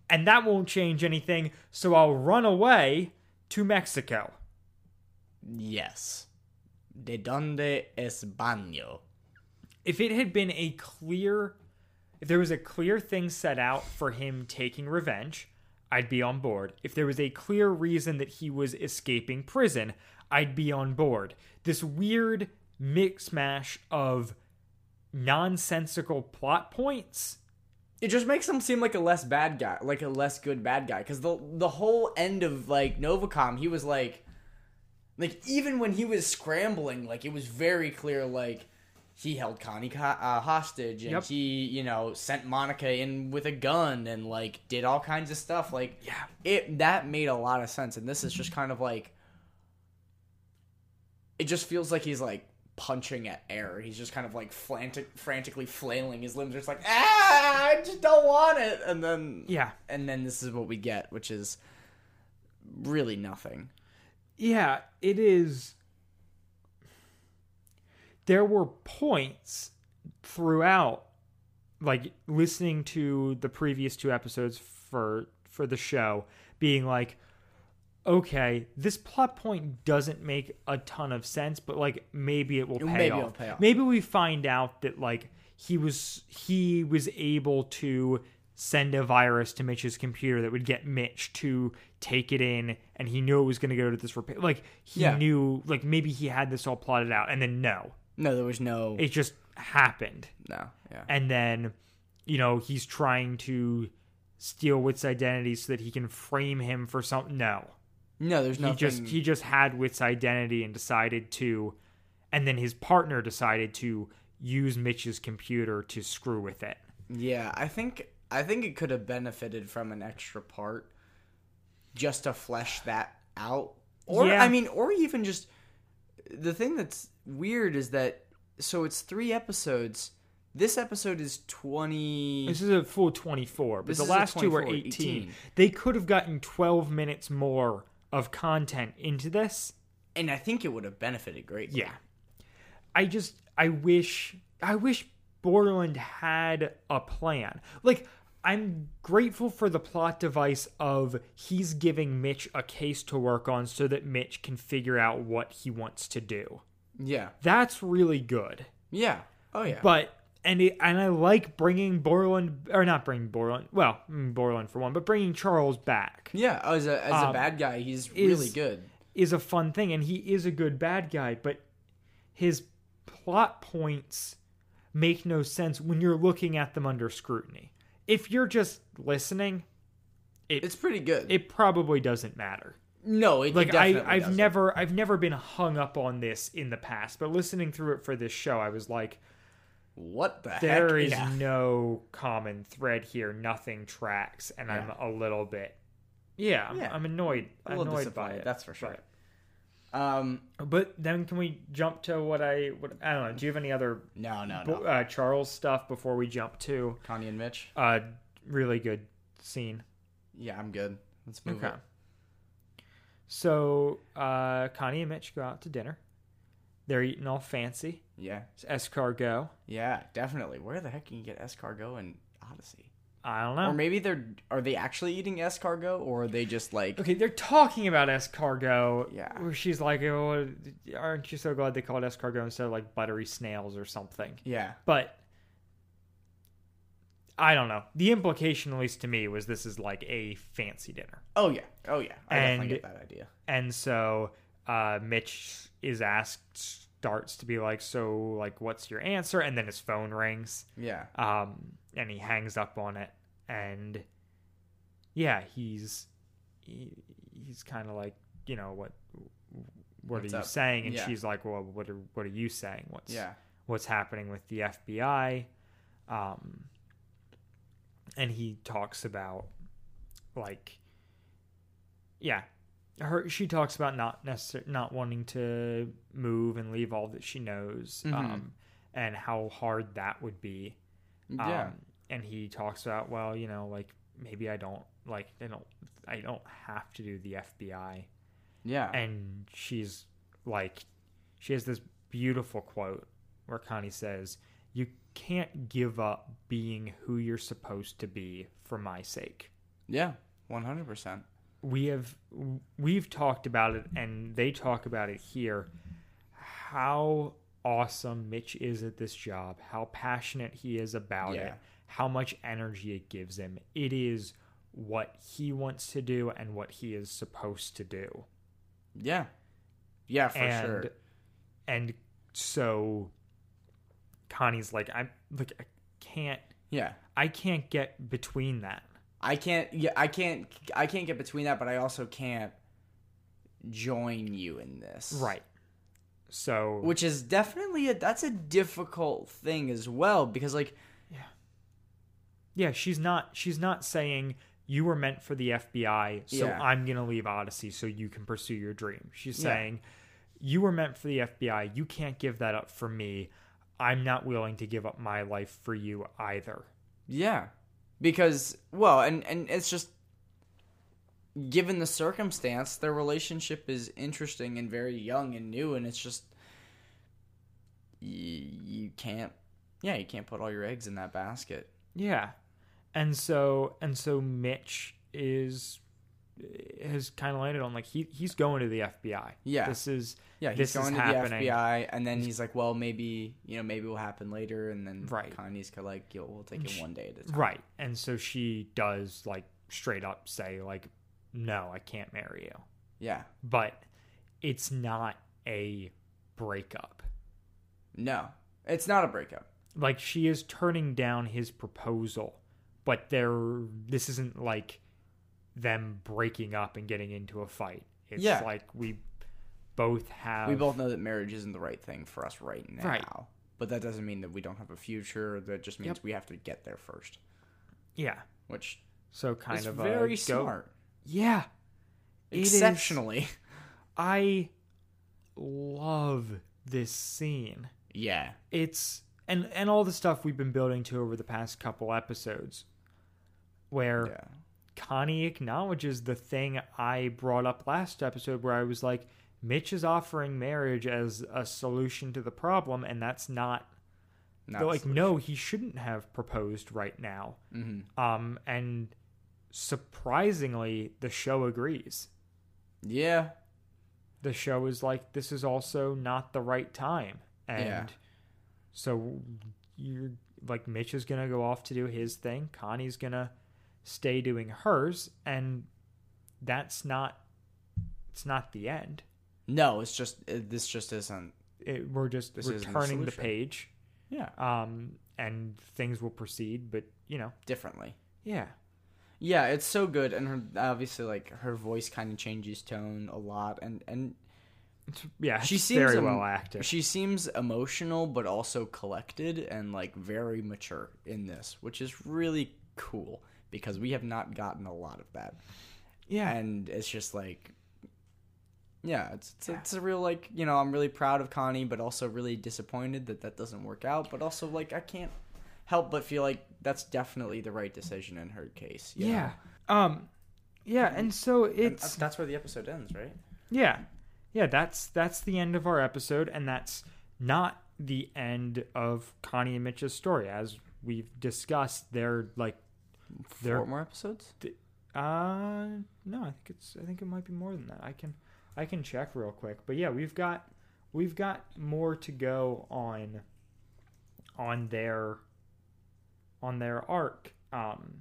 [SPEAKER 2] and that won't change anything. So I'll run away to Mexico.
[SPEAKER 3] yes. De donde es baño?
[SPEAKER 2] If it had been a clear, if there was a clear thing set out for him taking revenge, I'd be on board. If there was a clear reason that he was escaping prison, I'd be on board. This weird mix mash of nonsensical plot points.
[SPEAKER 3] It just makes him seem like a less bad guy, like a less good bad guy. Because the the whole end of like Novacom, he was like, like even when he was scrambling, like it was very clear, like he held Connie co- uh, hostage and
[SPEAKER 2] Yep.
[SPEAKER 3] he, you know, sent Monica in with a gun and like did all kinds of stuff. Like
[SPEAKER 2] Yeah.
[SPEAKER 3] it that made a lot of sense and this is just kind of like it just feels like he's like punching at air he's just kind of like frantic, frantically flailing his limbs just like ah i just don't want it and then
[SPEAKER 2] Yeah.
[SPEAKER 3] and then this is what we get which is really nothing
[SPEAKER 2] Yeah, it is. There were points throughout, like listening to the previous two episodes for for the show, being like, okay, this plot point doesn't make a ton of sense, but like maybe it will pay,
[SPEAKER 3] Maybe
[SPEAKER 2] off.
[SPEAKER 3] it'll pay off.
[SPEAKER 2] Maybe we find out that like he was he was able to send a virus to Mitch's computer that would get Mitch to take it in and he knew it was going to go to this repair like he
[SPEAKER 3] Yeah.
[SPEAKER 2] knew like maybe he had this all plotted out and then no
[SPEAKER 3] no there was no
[SPEAKER 2] it just happened
[SPEAKER 3] no yeah
[SPEAKER 2] and then you know he's trying to steal Wit's identity so that he can frame him for something no
[SPEAKER 3] no there's
[SPEAKER 2] he
[SPEAKER 3] nothing
[SPEAKER 2] just he just had Wit's identity and decided to and then his partner decided to use Mitch's computer to screw with it.
[SPEAKER 3] Yeah, I think I think it could have benefited from an extra part just to flesh that out. Or
[SPEAKER 2] Yeah.
[SPEAKER 3] I mean, or even just the thing that's weird is that so it's three episodes. This episode is twenty.
[SPEAKER 2] This is a full 24, but
[SPEAKER 3] This
[SPEAKER 2] the
[SPEAKER 3] is a
[SPEAKER 2] last two were
[SPEAKER 3] 24,
[SPEAKER 2] 18.
[SPEAKER 3] 18.
[SPEAKER 2] They could have gotten 12 minutes more of content into this.
[SPEAKER 3] and I think it would have benefited greatly.
[SPEAKER 2] Yeah. I just I wish I wish Borderland had a plan. Like I'm grateful for the plot device of he's giving Mitch a case to work on so that Mitch can figure out what he wants to do.
[SPEAKER 3] Yeah.
[SPEAKER 2] That's really good.
[SPEAKER 3] Yeah. Oh yeah.
[SPEAKER 2] But and it, and I like bringing Borland or not bringing Borland. Well, mm, Borland for one, but bringing Charles back
[SPEAKER 3] yeah, as a as a bad guy, he's really good.
[SPEAKER 2] um, is a fun thing, and he is a good bad guy. But his plot points make no sense when you're looking at them under scrutiny. If you're just listening,
[SPEAKER 3] It's pretty good.
[SPEAKER 2] it probably doesn't matter.
[SPEAKER 3] no, it
[SPEAKER 2] Like I,
[SPEAKER 3] definitely
[SPEAKER 2] I've
[SPEAKER 3] doesn't.
[SPEAKER 2] never, I've never been hung up on this in the past. But listening through it for this show, I was like,
[SPEAKER 3] What the heck?
[SPEAKER 2] there is
[SPEAKER 3] Yeah.
[SPEAKER 2] no common thread here. Nothing tracks, and I'm a little bit, yeah, I'm,
[SPEAKER 3] Yeah.
[SPEAKER 2] I'm annoyed,
[SPEAKER 3] A little
[SPEAKER 2] annoyed by
[SPEAKER 3] disappointed.
[SPEAKER 2] it.
[SPEAKER 3] That's for sure. Um,
[SPEAKER 2] But, but then can we jump to what I, what I don't know? Do you have any other
[SPEAKER 3] no, no, no.
[SPEAKER 2] uh, Charles stuff before we jump to
[SPEAKER 3] Connie and Mitch.
[SPEAKER 2] a really good scene?
[SPEAKER 3] Yeah, I'm good. Let's move on.
[SPEAKER 2] So uh, Connie and Mitch go out to dinner. They're eating all fancy.
[SPEAKER 3] Yeah,
[SPEAKER 2] It's escargot.
[SPEAKER 3] yeah, definitely. Where the heck can you get escargot in Odyssey?
[SPEAKER 2] I don't know.
[SPEAKER 3] Or maybe they're are they actually eating escargot, or are they just like
[SPEAKER 2] Okay, they're talking about escargot.
[SPEAKER 3] Yeah.
[SPEAKER 2] Where she's like, oh, aren't you so glad they called escargot instead of like buttery snails or something?
[SPEAKER 3] yeah,
[SPEAKER 2] But I don't know. The implication, at least to me, was this is like a fancy dinner.
[SPEAKER 3] oh yeah, oh yeah. I
[SPEAKER 2] And-
[SPEAKER 3] definitely get that idea.
[SPEAKER 2] And so uh, Mitch is asked, starts to be like, so, like, what's your answer? And then his phone rings
[SPEAKER 3] Yeah,
[SPEAKER 2] um, and he hangs up on it. And yeah, he's he, he's kind of like, you know, what what
[SPEAKER 3] What's
[SPEAKER 2] are you
[SPEAKER 3] up?
[SPEAKER 2] saying? And
[SPEAKER 3] Yeah.
[SPEAKER 2] she's like, well, what are what are you saying? What's
[SPEAKER 3] Yeah.
[SPEAKER 2] what's happening with the FBI? Um, and he talks about like, yeah, her. She talks about not necessar- not wanting to move and leave all that she knows.
[SPEAKER 3] Mhm.
[SPEAKER 2] Um, and how hard that would be.
[SPEAKER 3] Yeah.
[SPEAKER 2] Um, and he talks about, well, you know, like maybe I don't like I don't I don't have to do the FBI.
[SPEAKER 3] yeah.
[SPEAKER 2] And she's like, she has this beautiful quote where Connie says, "You can't give up being who you're supposed to be for my sake."
[SPEAKER 3] yeah. 100%.
[SPEAKER 2] we have we've talked about it and they talk about it here how awesome Mitch is at this job how passionate he is about it
[SPEAKER 3] Yeah.
[SPEAKER 2] how much energy it gives him it is what he wants to do and what he is supposed to do
[SPEAKER 3] Yeah. Yeah, for
[SPEAKER 2] and
[SPEAKER 3] sure.
[SPEAKER 2] and so Connie's like I'm like I can't
[SPEAKER 3] Yeah.
[SPEAKER 2] I can't get between that
[SPEAKER 3] I can't yeah, I can't I can't get between that, but I also can't join you in this.
[SPEAKER 2] right so
[SPEAKER 3] Which is definitely a that's a difficult thing as well because like
[SPEAKER 2] Yeah, she's not she's not saying you were meant for the FBI, so
[SPEAKER 3] Yeah.
[SPEAKER 2] I'm going to leave Odyssey so you can pursue your dream. She's
[SPEAKER 3] Yeah.
[SPEAKER 2] saying you were meant for the FBI. You can't give that up for me. I'm not willing to give up my life for you either.
[SPEAKER 3] yeah. Because well, and and it's just given the circumstance, their relationship is interesting and very young and new and it's just you, you can't yeah, you can't put all your eggs in that basket.
[SPEAKER 2] Yeah. And so and so Mitch is has kind of landed on like he he's going to the FBI.
[SPEAKER 3] Yeah.
[SPEAKER 2] This is
[SPEAKER 3] Yeah, he's
[SPEAKER 2] this
[SPEAKER 3] going
[SPEAKER 2] is
[SPEAKER 3] to
[SPEAKER 2] happening.
[SPEAKER 3] the FBI, and then he's like, "Well, maybe you know, maybe will happen later." And then
[SPEAKER 2] Right.
[SPEAKER 3] Kanye's kinda like, "Yo, we'll take it one day at a time."
[SPEAKER 2] Right. And so she does like straight up say like no, I can't marry you.
[SPEAKER 3] Yeah,
[SPEAKER 2] but it's not a breakup.
[SPEAKER 3] no, it's not a breakup.
[SPEAKER 2] Like she is turning down his proposal, but there this isn't like them breaking up and getting into a fight. It's
[SPEAKER 3] Yeah.
[SPEAKER 2] like we both have
[SPEAKER 3] we both know that marriage isn't the right thing for us right now,
[SPEAKER 2] Right.
[SPEAKER 3] but that doesn't mean that we don't have a future. That just means we have to get there first,
[SPEAKER 2] Yeah.
[SPEAKER 3] which
[SPEAKER 2] So kind
[SPEAKER 3] is
[SPEAKER 2] of a
[SPEAKER 3] very
[SPEAKER 2] go-
[SPEAKER 3] smart,
[SPEAKER 2] Yeah. It is-
[SPEAKER 3] exceptionally.
[SPEAKER 2] I love this scene.
[SPEAKER 3] yeah,
[SPEAKER 2] It's and and all the stuff we've been building to over the past couple episodes where
[SPEAKER 3] yeah,
[SPEAKER 2] Connie acknowledges the thing I brought up last episode where I was like, Mitch is offering marriage as a solution to the problem, and that's not,
[SPEAKER 3] Not
[SPEAKER 2] they're
[SPEAKER 3] a
[SPEAKER 2] like,
[SPEAKER 3] solution.
[SPEAKER 2] no, he shouldn't have proposed right now.
[SPEAKER 3] Mhm.
[SPEAKER 2] Um, and surprisingly, the show agrees.
[SPEAKER 3] yeah,
[SPEAKER 2] The show is like, this is also not the right time. And
[SPEAKER 3] Yeah.
[SPEAKER 2] so you're like, Mitch is going to go off to do his thing, Connie's going to stay doing hers, and that's not it's not the end.
[SPEAKER 3] no, it's just it, this just isn't.
[SPEAKER 2] It, we're just
[SPEAKER 3] This
[SPEAKER 2] we're
[SPEAKER 3] isn't the
[SPEAKER 2] turning the
[SPEAKER 3] solution.
[SPEAKER 2] page,
[SPEAKER 3] Yeah,
[SPEAKER 2] um, and things will proceed. But you know,
[SPEAKER 3] differently.
[SPEAKER 2] yeah,
[SPEAKER 3] Yeah, it's so good, and her obviously like her voice kind of changes tone a lot, and and
[SPEAKER 2] yeah,
[SPEAKER 3] She
[SPEAKER 2] it's
[SPEAKER 3] seems
[SPEAKER 2] very
[SPEAKER 3] am-
[SPEAKER 2] well acted.
[SPEAKER 3] she seems emotional but also collected and like very mature in this, which is really cool because we have not gotten a lot of that,
[SPEAKER 2] yeah,
[SPEAKER 3] and it's just like, yeah, it's it's, it's a real like you know I'm really proud of Connie, but also really disappointed that that doesn't work out, but also like I can't help but feel like that's definitely the right decision in her case. you
[SPEAKER 2] yeah,
[SPEAKER 3] know?
[SPEAKER 2] um, yeah, and so
[SPEAKER 3] And
[SPEAKER 2] it's
[SPEAKER 3] that's where the episode ends, right?
[SPEAKER 2] yeah, yeah. That's that's the end of our episode, and that's not the end of Connie and Mitch's story, as we've discussed. They're like, There-
[SPEAKER 3] Four more episodes.
[SPEAKER 2] uh, no, I think it's I think it might be more than that. I can I can check real quick, but yeah, we've got we've got more to go on on their on their arc um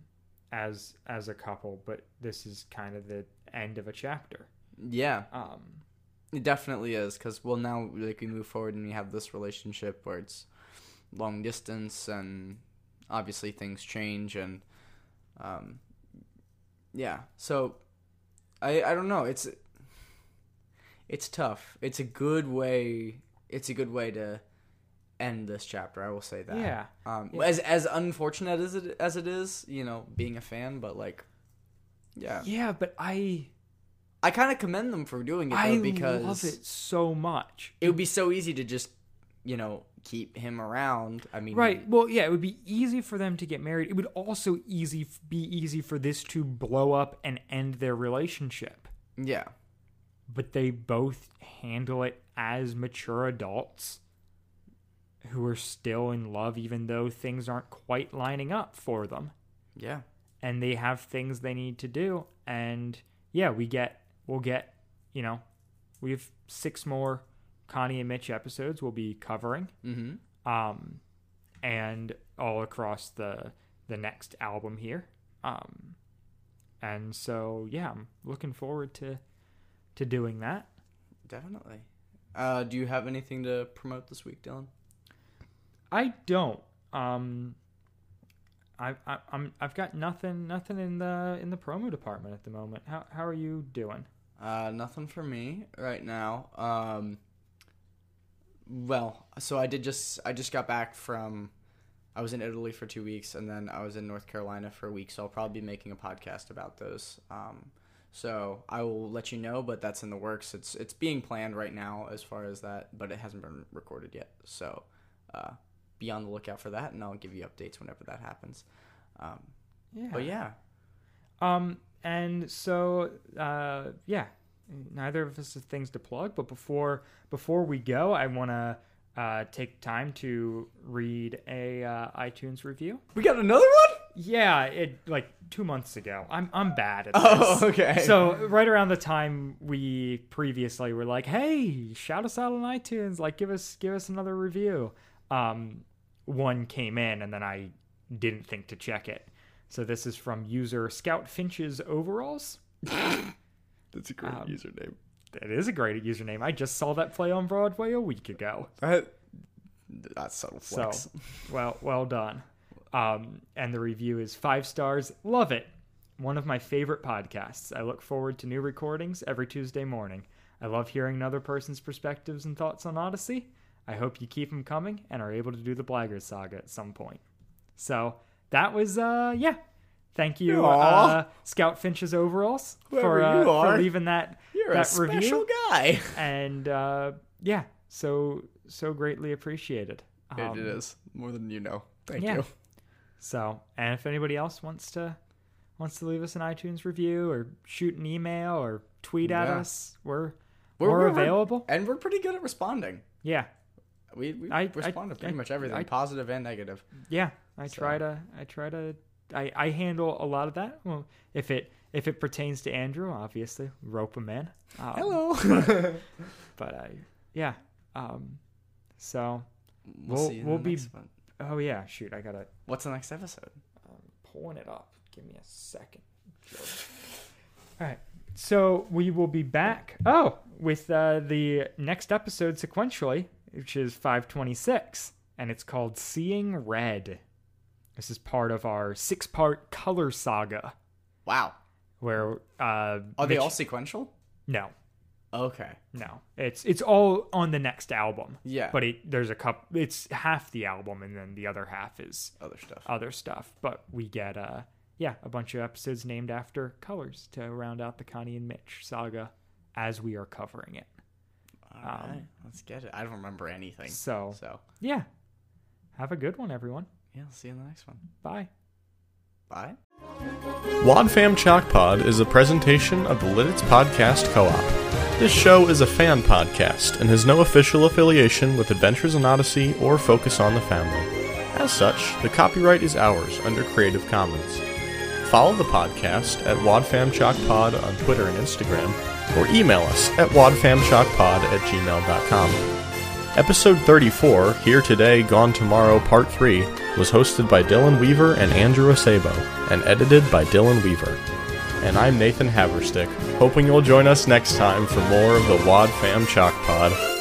[SPEAKER 2] as as a couple, but this is kind of the end of a chapter.
[SPEAKER 3] Yeah,
[SPEAKER 2] Um,
[SPEAKER 3] it definitely is because well now like we move forward and we have this relationship where it's long distance and obviously things change and um, Yeah. So I I don't know. It's it's tough. It's a good way it's a good way to end this chapter. I will say that.
[SPEAKER 2] Yeah.
[SPEAKER 3] Um
[SPEAKER 2] Yeah.
[SPEAKER 3] as as unfortunate as it as it is, you know, being a fan, but like yeah.
[SPEAKER 2] Yeah, but I
[SPEAKER 3] I kind of commend them for doing it though
[SPEAKER 2] I
[SPEAKER 3] because
[SPEAKER 2] love it so much.
[SPEAKER 3] it would be so easy to just, you know, keep him around. I mean,
[SPEAKER 2] Right. Well, yeah, it would be easy for them to get married. It would also easy be easy for this to blow up and end their relationship.
[SPEAKER 3] Yeah.
[SPEAKER 2] But they both handle it as mature adults who are still in love even though things aren't quite lining up for them
[SPEAKER 3] Yeah.
[SPEAKER 2] and they have things they need to do and yeah, we get we'll get, you know, we have six more Connie and Mitch episodes we'll be covering
[SPEAKER 3] Mhm.
[SPEAKER 2] um, and all across the the next album here. Um, and so yeah, I'm looking forward to to doing that.
[SPEAKER 3] Definitely. Uh do you have anything to promote this week, Dylan?
[SPEAKER 2] I don't. Um, I, I I'm I've got nothing nothing in the in the promo department at the moment. How how are you doing?
[SPEAKER 3] Uh, nothing for me right now. Um, well, so I did just I just got back from I was in Italy for two weeks and then I was in North Carolina for a week, so I'll probably be making a podcast about those. Um, so I will let you know, but that's in the works. It's it's being planned right now as far as that, but it hasn't been recorded yet. So uh, be on the lookout for that, and I'll give you updates whenever that happens. Um,
[SPEAKER 2] Yeah.
[SPEAKER 3] But yeah,
[SPEAKER 2] Um, and so, uh, yeah, neither of us have things to plug. But before before we go, I want to uh, take time to read a uh, iTunes review.
[SPEAKER 3] we got another one.
[SPEAKER 2] Yeah, it like two months ago. I'm I'm bad at this.
[SPEAKER 3] Oh, okay.
[SPEAKER 2] So right around the time we previously were like, "Hey, shout us out on iTunes! Like, give us give us another review." Um, one came in, and then I didn't think to check it. So this is from user Scout Finch's overalls.
[SPEAKER 1] That's a great
[SPEAKER 2] um,
[SPEAKER 1] username.
[SPEAKER 2] That is a great username. I just saw that play on Broadway a week ago.
[SPEAKER 3] that's subtle
[SPEAKER 2] So,
[SPEAKER 3] flex.
[SPEAKER 2] well, well done. Um, and the review is five stars. Love it. One of my favorite podcasts. I look forward to new recordings every Tuesday morning. I love hearing another person's perspectives and thoughts on Odyssey. I hope you keep them coming and are able to do the Blagger Saga at some point. So that was, uh, yeah. Thank you,
[SPEAKER 3] Aw.
[SPEAKER 2] uh, Scout Finch's overalls,
[SPEAKER 3] Whoever
[SPEAKER 2] for, uh,
[SPEAKER 3] you
[SPEAKER 2] for
[SPEAKER 3] are,
[SPEAKER 2] leaving that
[SPEAKER 3] You're
[SPEAKER 2] that
[SPEAKER 3] a special
[SPEAKER 2] review
[SPEAKER 3] guy.
[SPEAKER 2] and uh, yeah, so so greatly appreciated. Um,
[SPEAKER 3] is more than you know. Thank
[SPEAKER 2] yeah. you. So, and if anybody else wants to wants to leave us an iTunes review or shoot an email or tweet at
[SPEAKER 3] Yeah.
[SPEAKER 2] us, we're we're,
[SPEAKER 3] We're- we're-
[SPEAKER 2] available.
[SPEAKER 3] And we're pretty good at responding.
[SPEAKER 2] yeah,
[SPEAKER 3] We, we
[SPEAKER 2] I-
[SPEAKER 3] respond
[SPEAKER 2] I-
[SPEAKER 3] to pretty
[SPEAKER 2] I-
[SPEAKER 3] much everything,
[SPEAKER 2] I-
[SPEAKER 3] positive and negative.
[SPEAKER 2] yeah. I
[SPEAKER 3] So-
[SPEAKER 2] try to I try to I I handle a lot of that. Well, if it if it pertains to Andrew, obviously rope him in. Um,
[SPEAKER 3] Hello.
[SPEAKER 2] but I yeah. Um, so
[SPEAKER 3] we'll
[SPEAKER 2] We'll-
[SPEAKER 3] see you in
[SPEAKER 2] we'll
[SPEAKER 3] the
[SPEAKER 2] be-
[SPEAKER 3] next one.
[SPEAKER 2] oh yeah, shoot, I gotta
[SPEAKER 3] What's the next episode?
[SPEAKER 2] I'm pulling it up. Give me a second. All right. So we will be back. Oh, with uh, the next episode sequentially, which is 526, and it's called Seeing Red. This is part of our six part color saga
[SPEAKER 3] Wow.
[SPEAKER 2] where. Uh,
[SPEAKER 3] Are they
[SPEAKER 2] Mitch-
[SPEAKER 3] all sequential?
[SPEAKER 2] No,
[SPEAKER 3] Okay.
[SPEAKER 2] no. It's it's all on the next album.
[SPEAKER 3] Yeah.
[SPEAKER 2] But it, there's a couple. It's half the album, and then the other half is
[SPEAKER 3] Other stuff.
[SPEAKER 2] other stuff, but we get uh yeah, a bunch of episodes named after colors to round out the Connie and Mitch saga as we are covering it.
[SPEAKER 3] all right. Let's get it. I don't remember anything.
[SPEAKER 2] um, So,
[SPEAKER 3] So,
[SPEAKER 2] yeah. Have a good one everyone.
[SPEAKER 3] yeah, I'll see you in the next one.
[SPEAKER 2] Bye.
[SPEAKER 3] Bye.
[SPEAKER 1] Wadfam Chalk Pod is a presentation of the Lidditz Podcast Co op. This show is a fan podcast and has no official affiliation with Adventures in Odyssey or Focus on the Family. As such, the copyright is ours under Creative Commons. Follow the podcast at Wadfam Chalk Pod on Twitter and Instagram, or email us at wadfamchalkpod at gmail.com. Episode 34, Here Today, Gone Tomorrow, Part 3, was hosted by Dylan Weaver and Andrew Acebo, and edited by Dylan Weaver. And I'm Nathan Haverstick, hoping you'll join us next time for more of the Wad Fam Chalk Pod.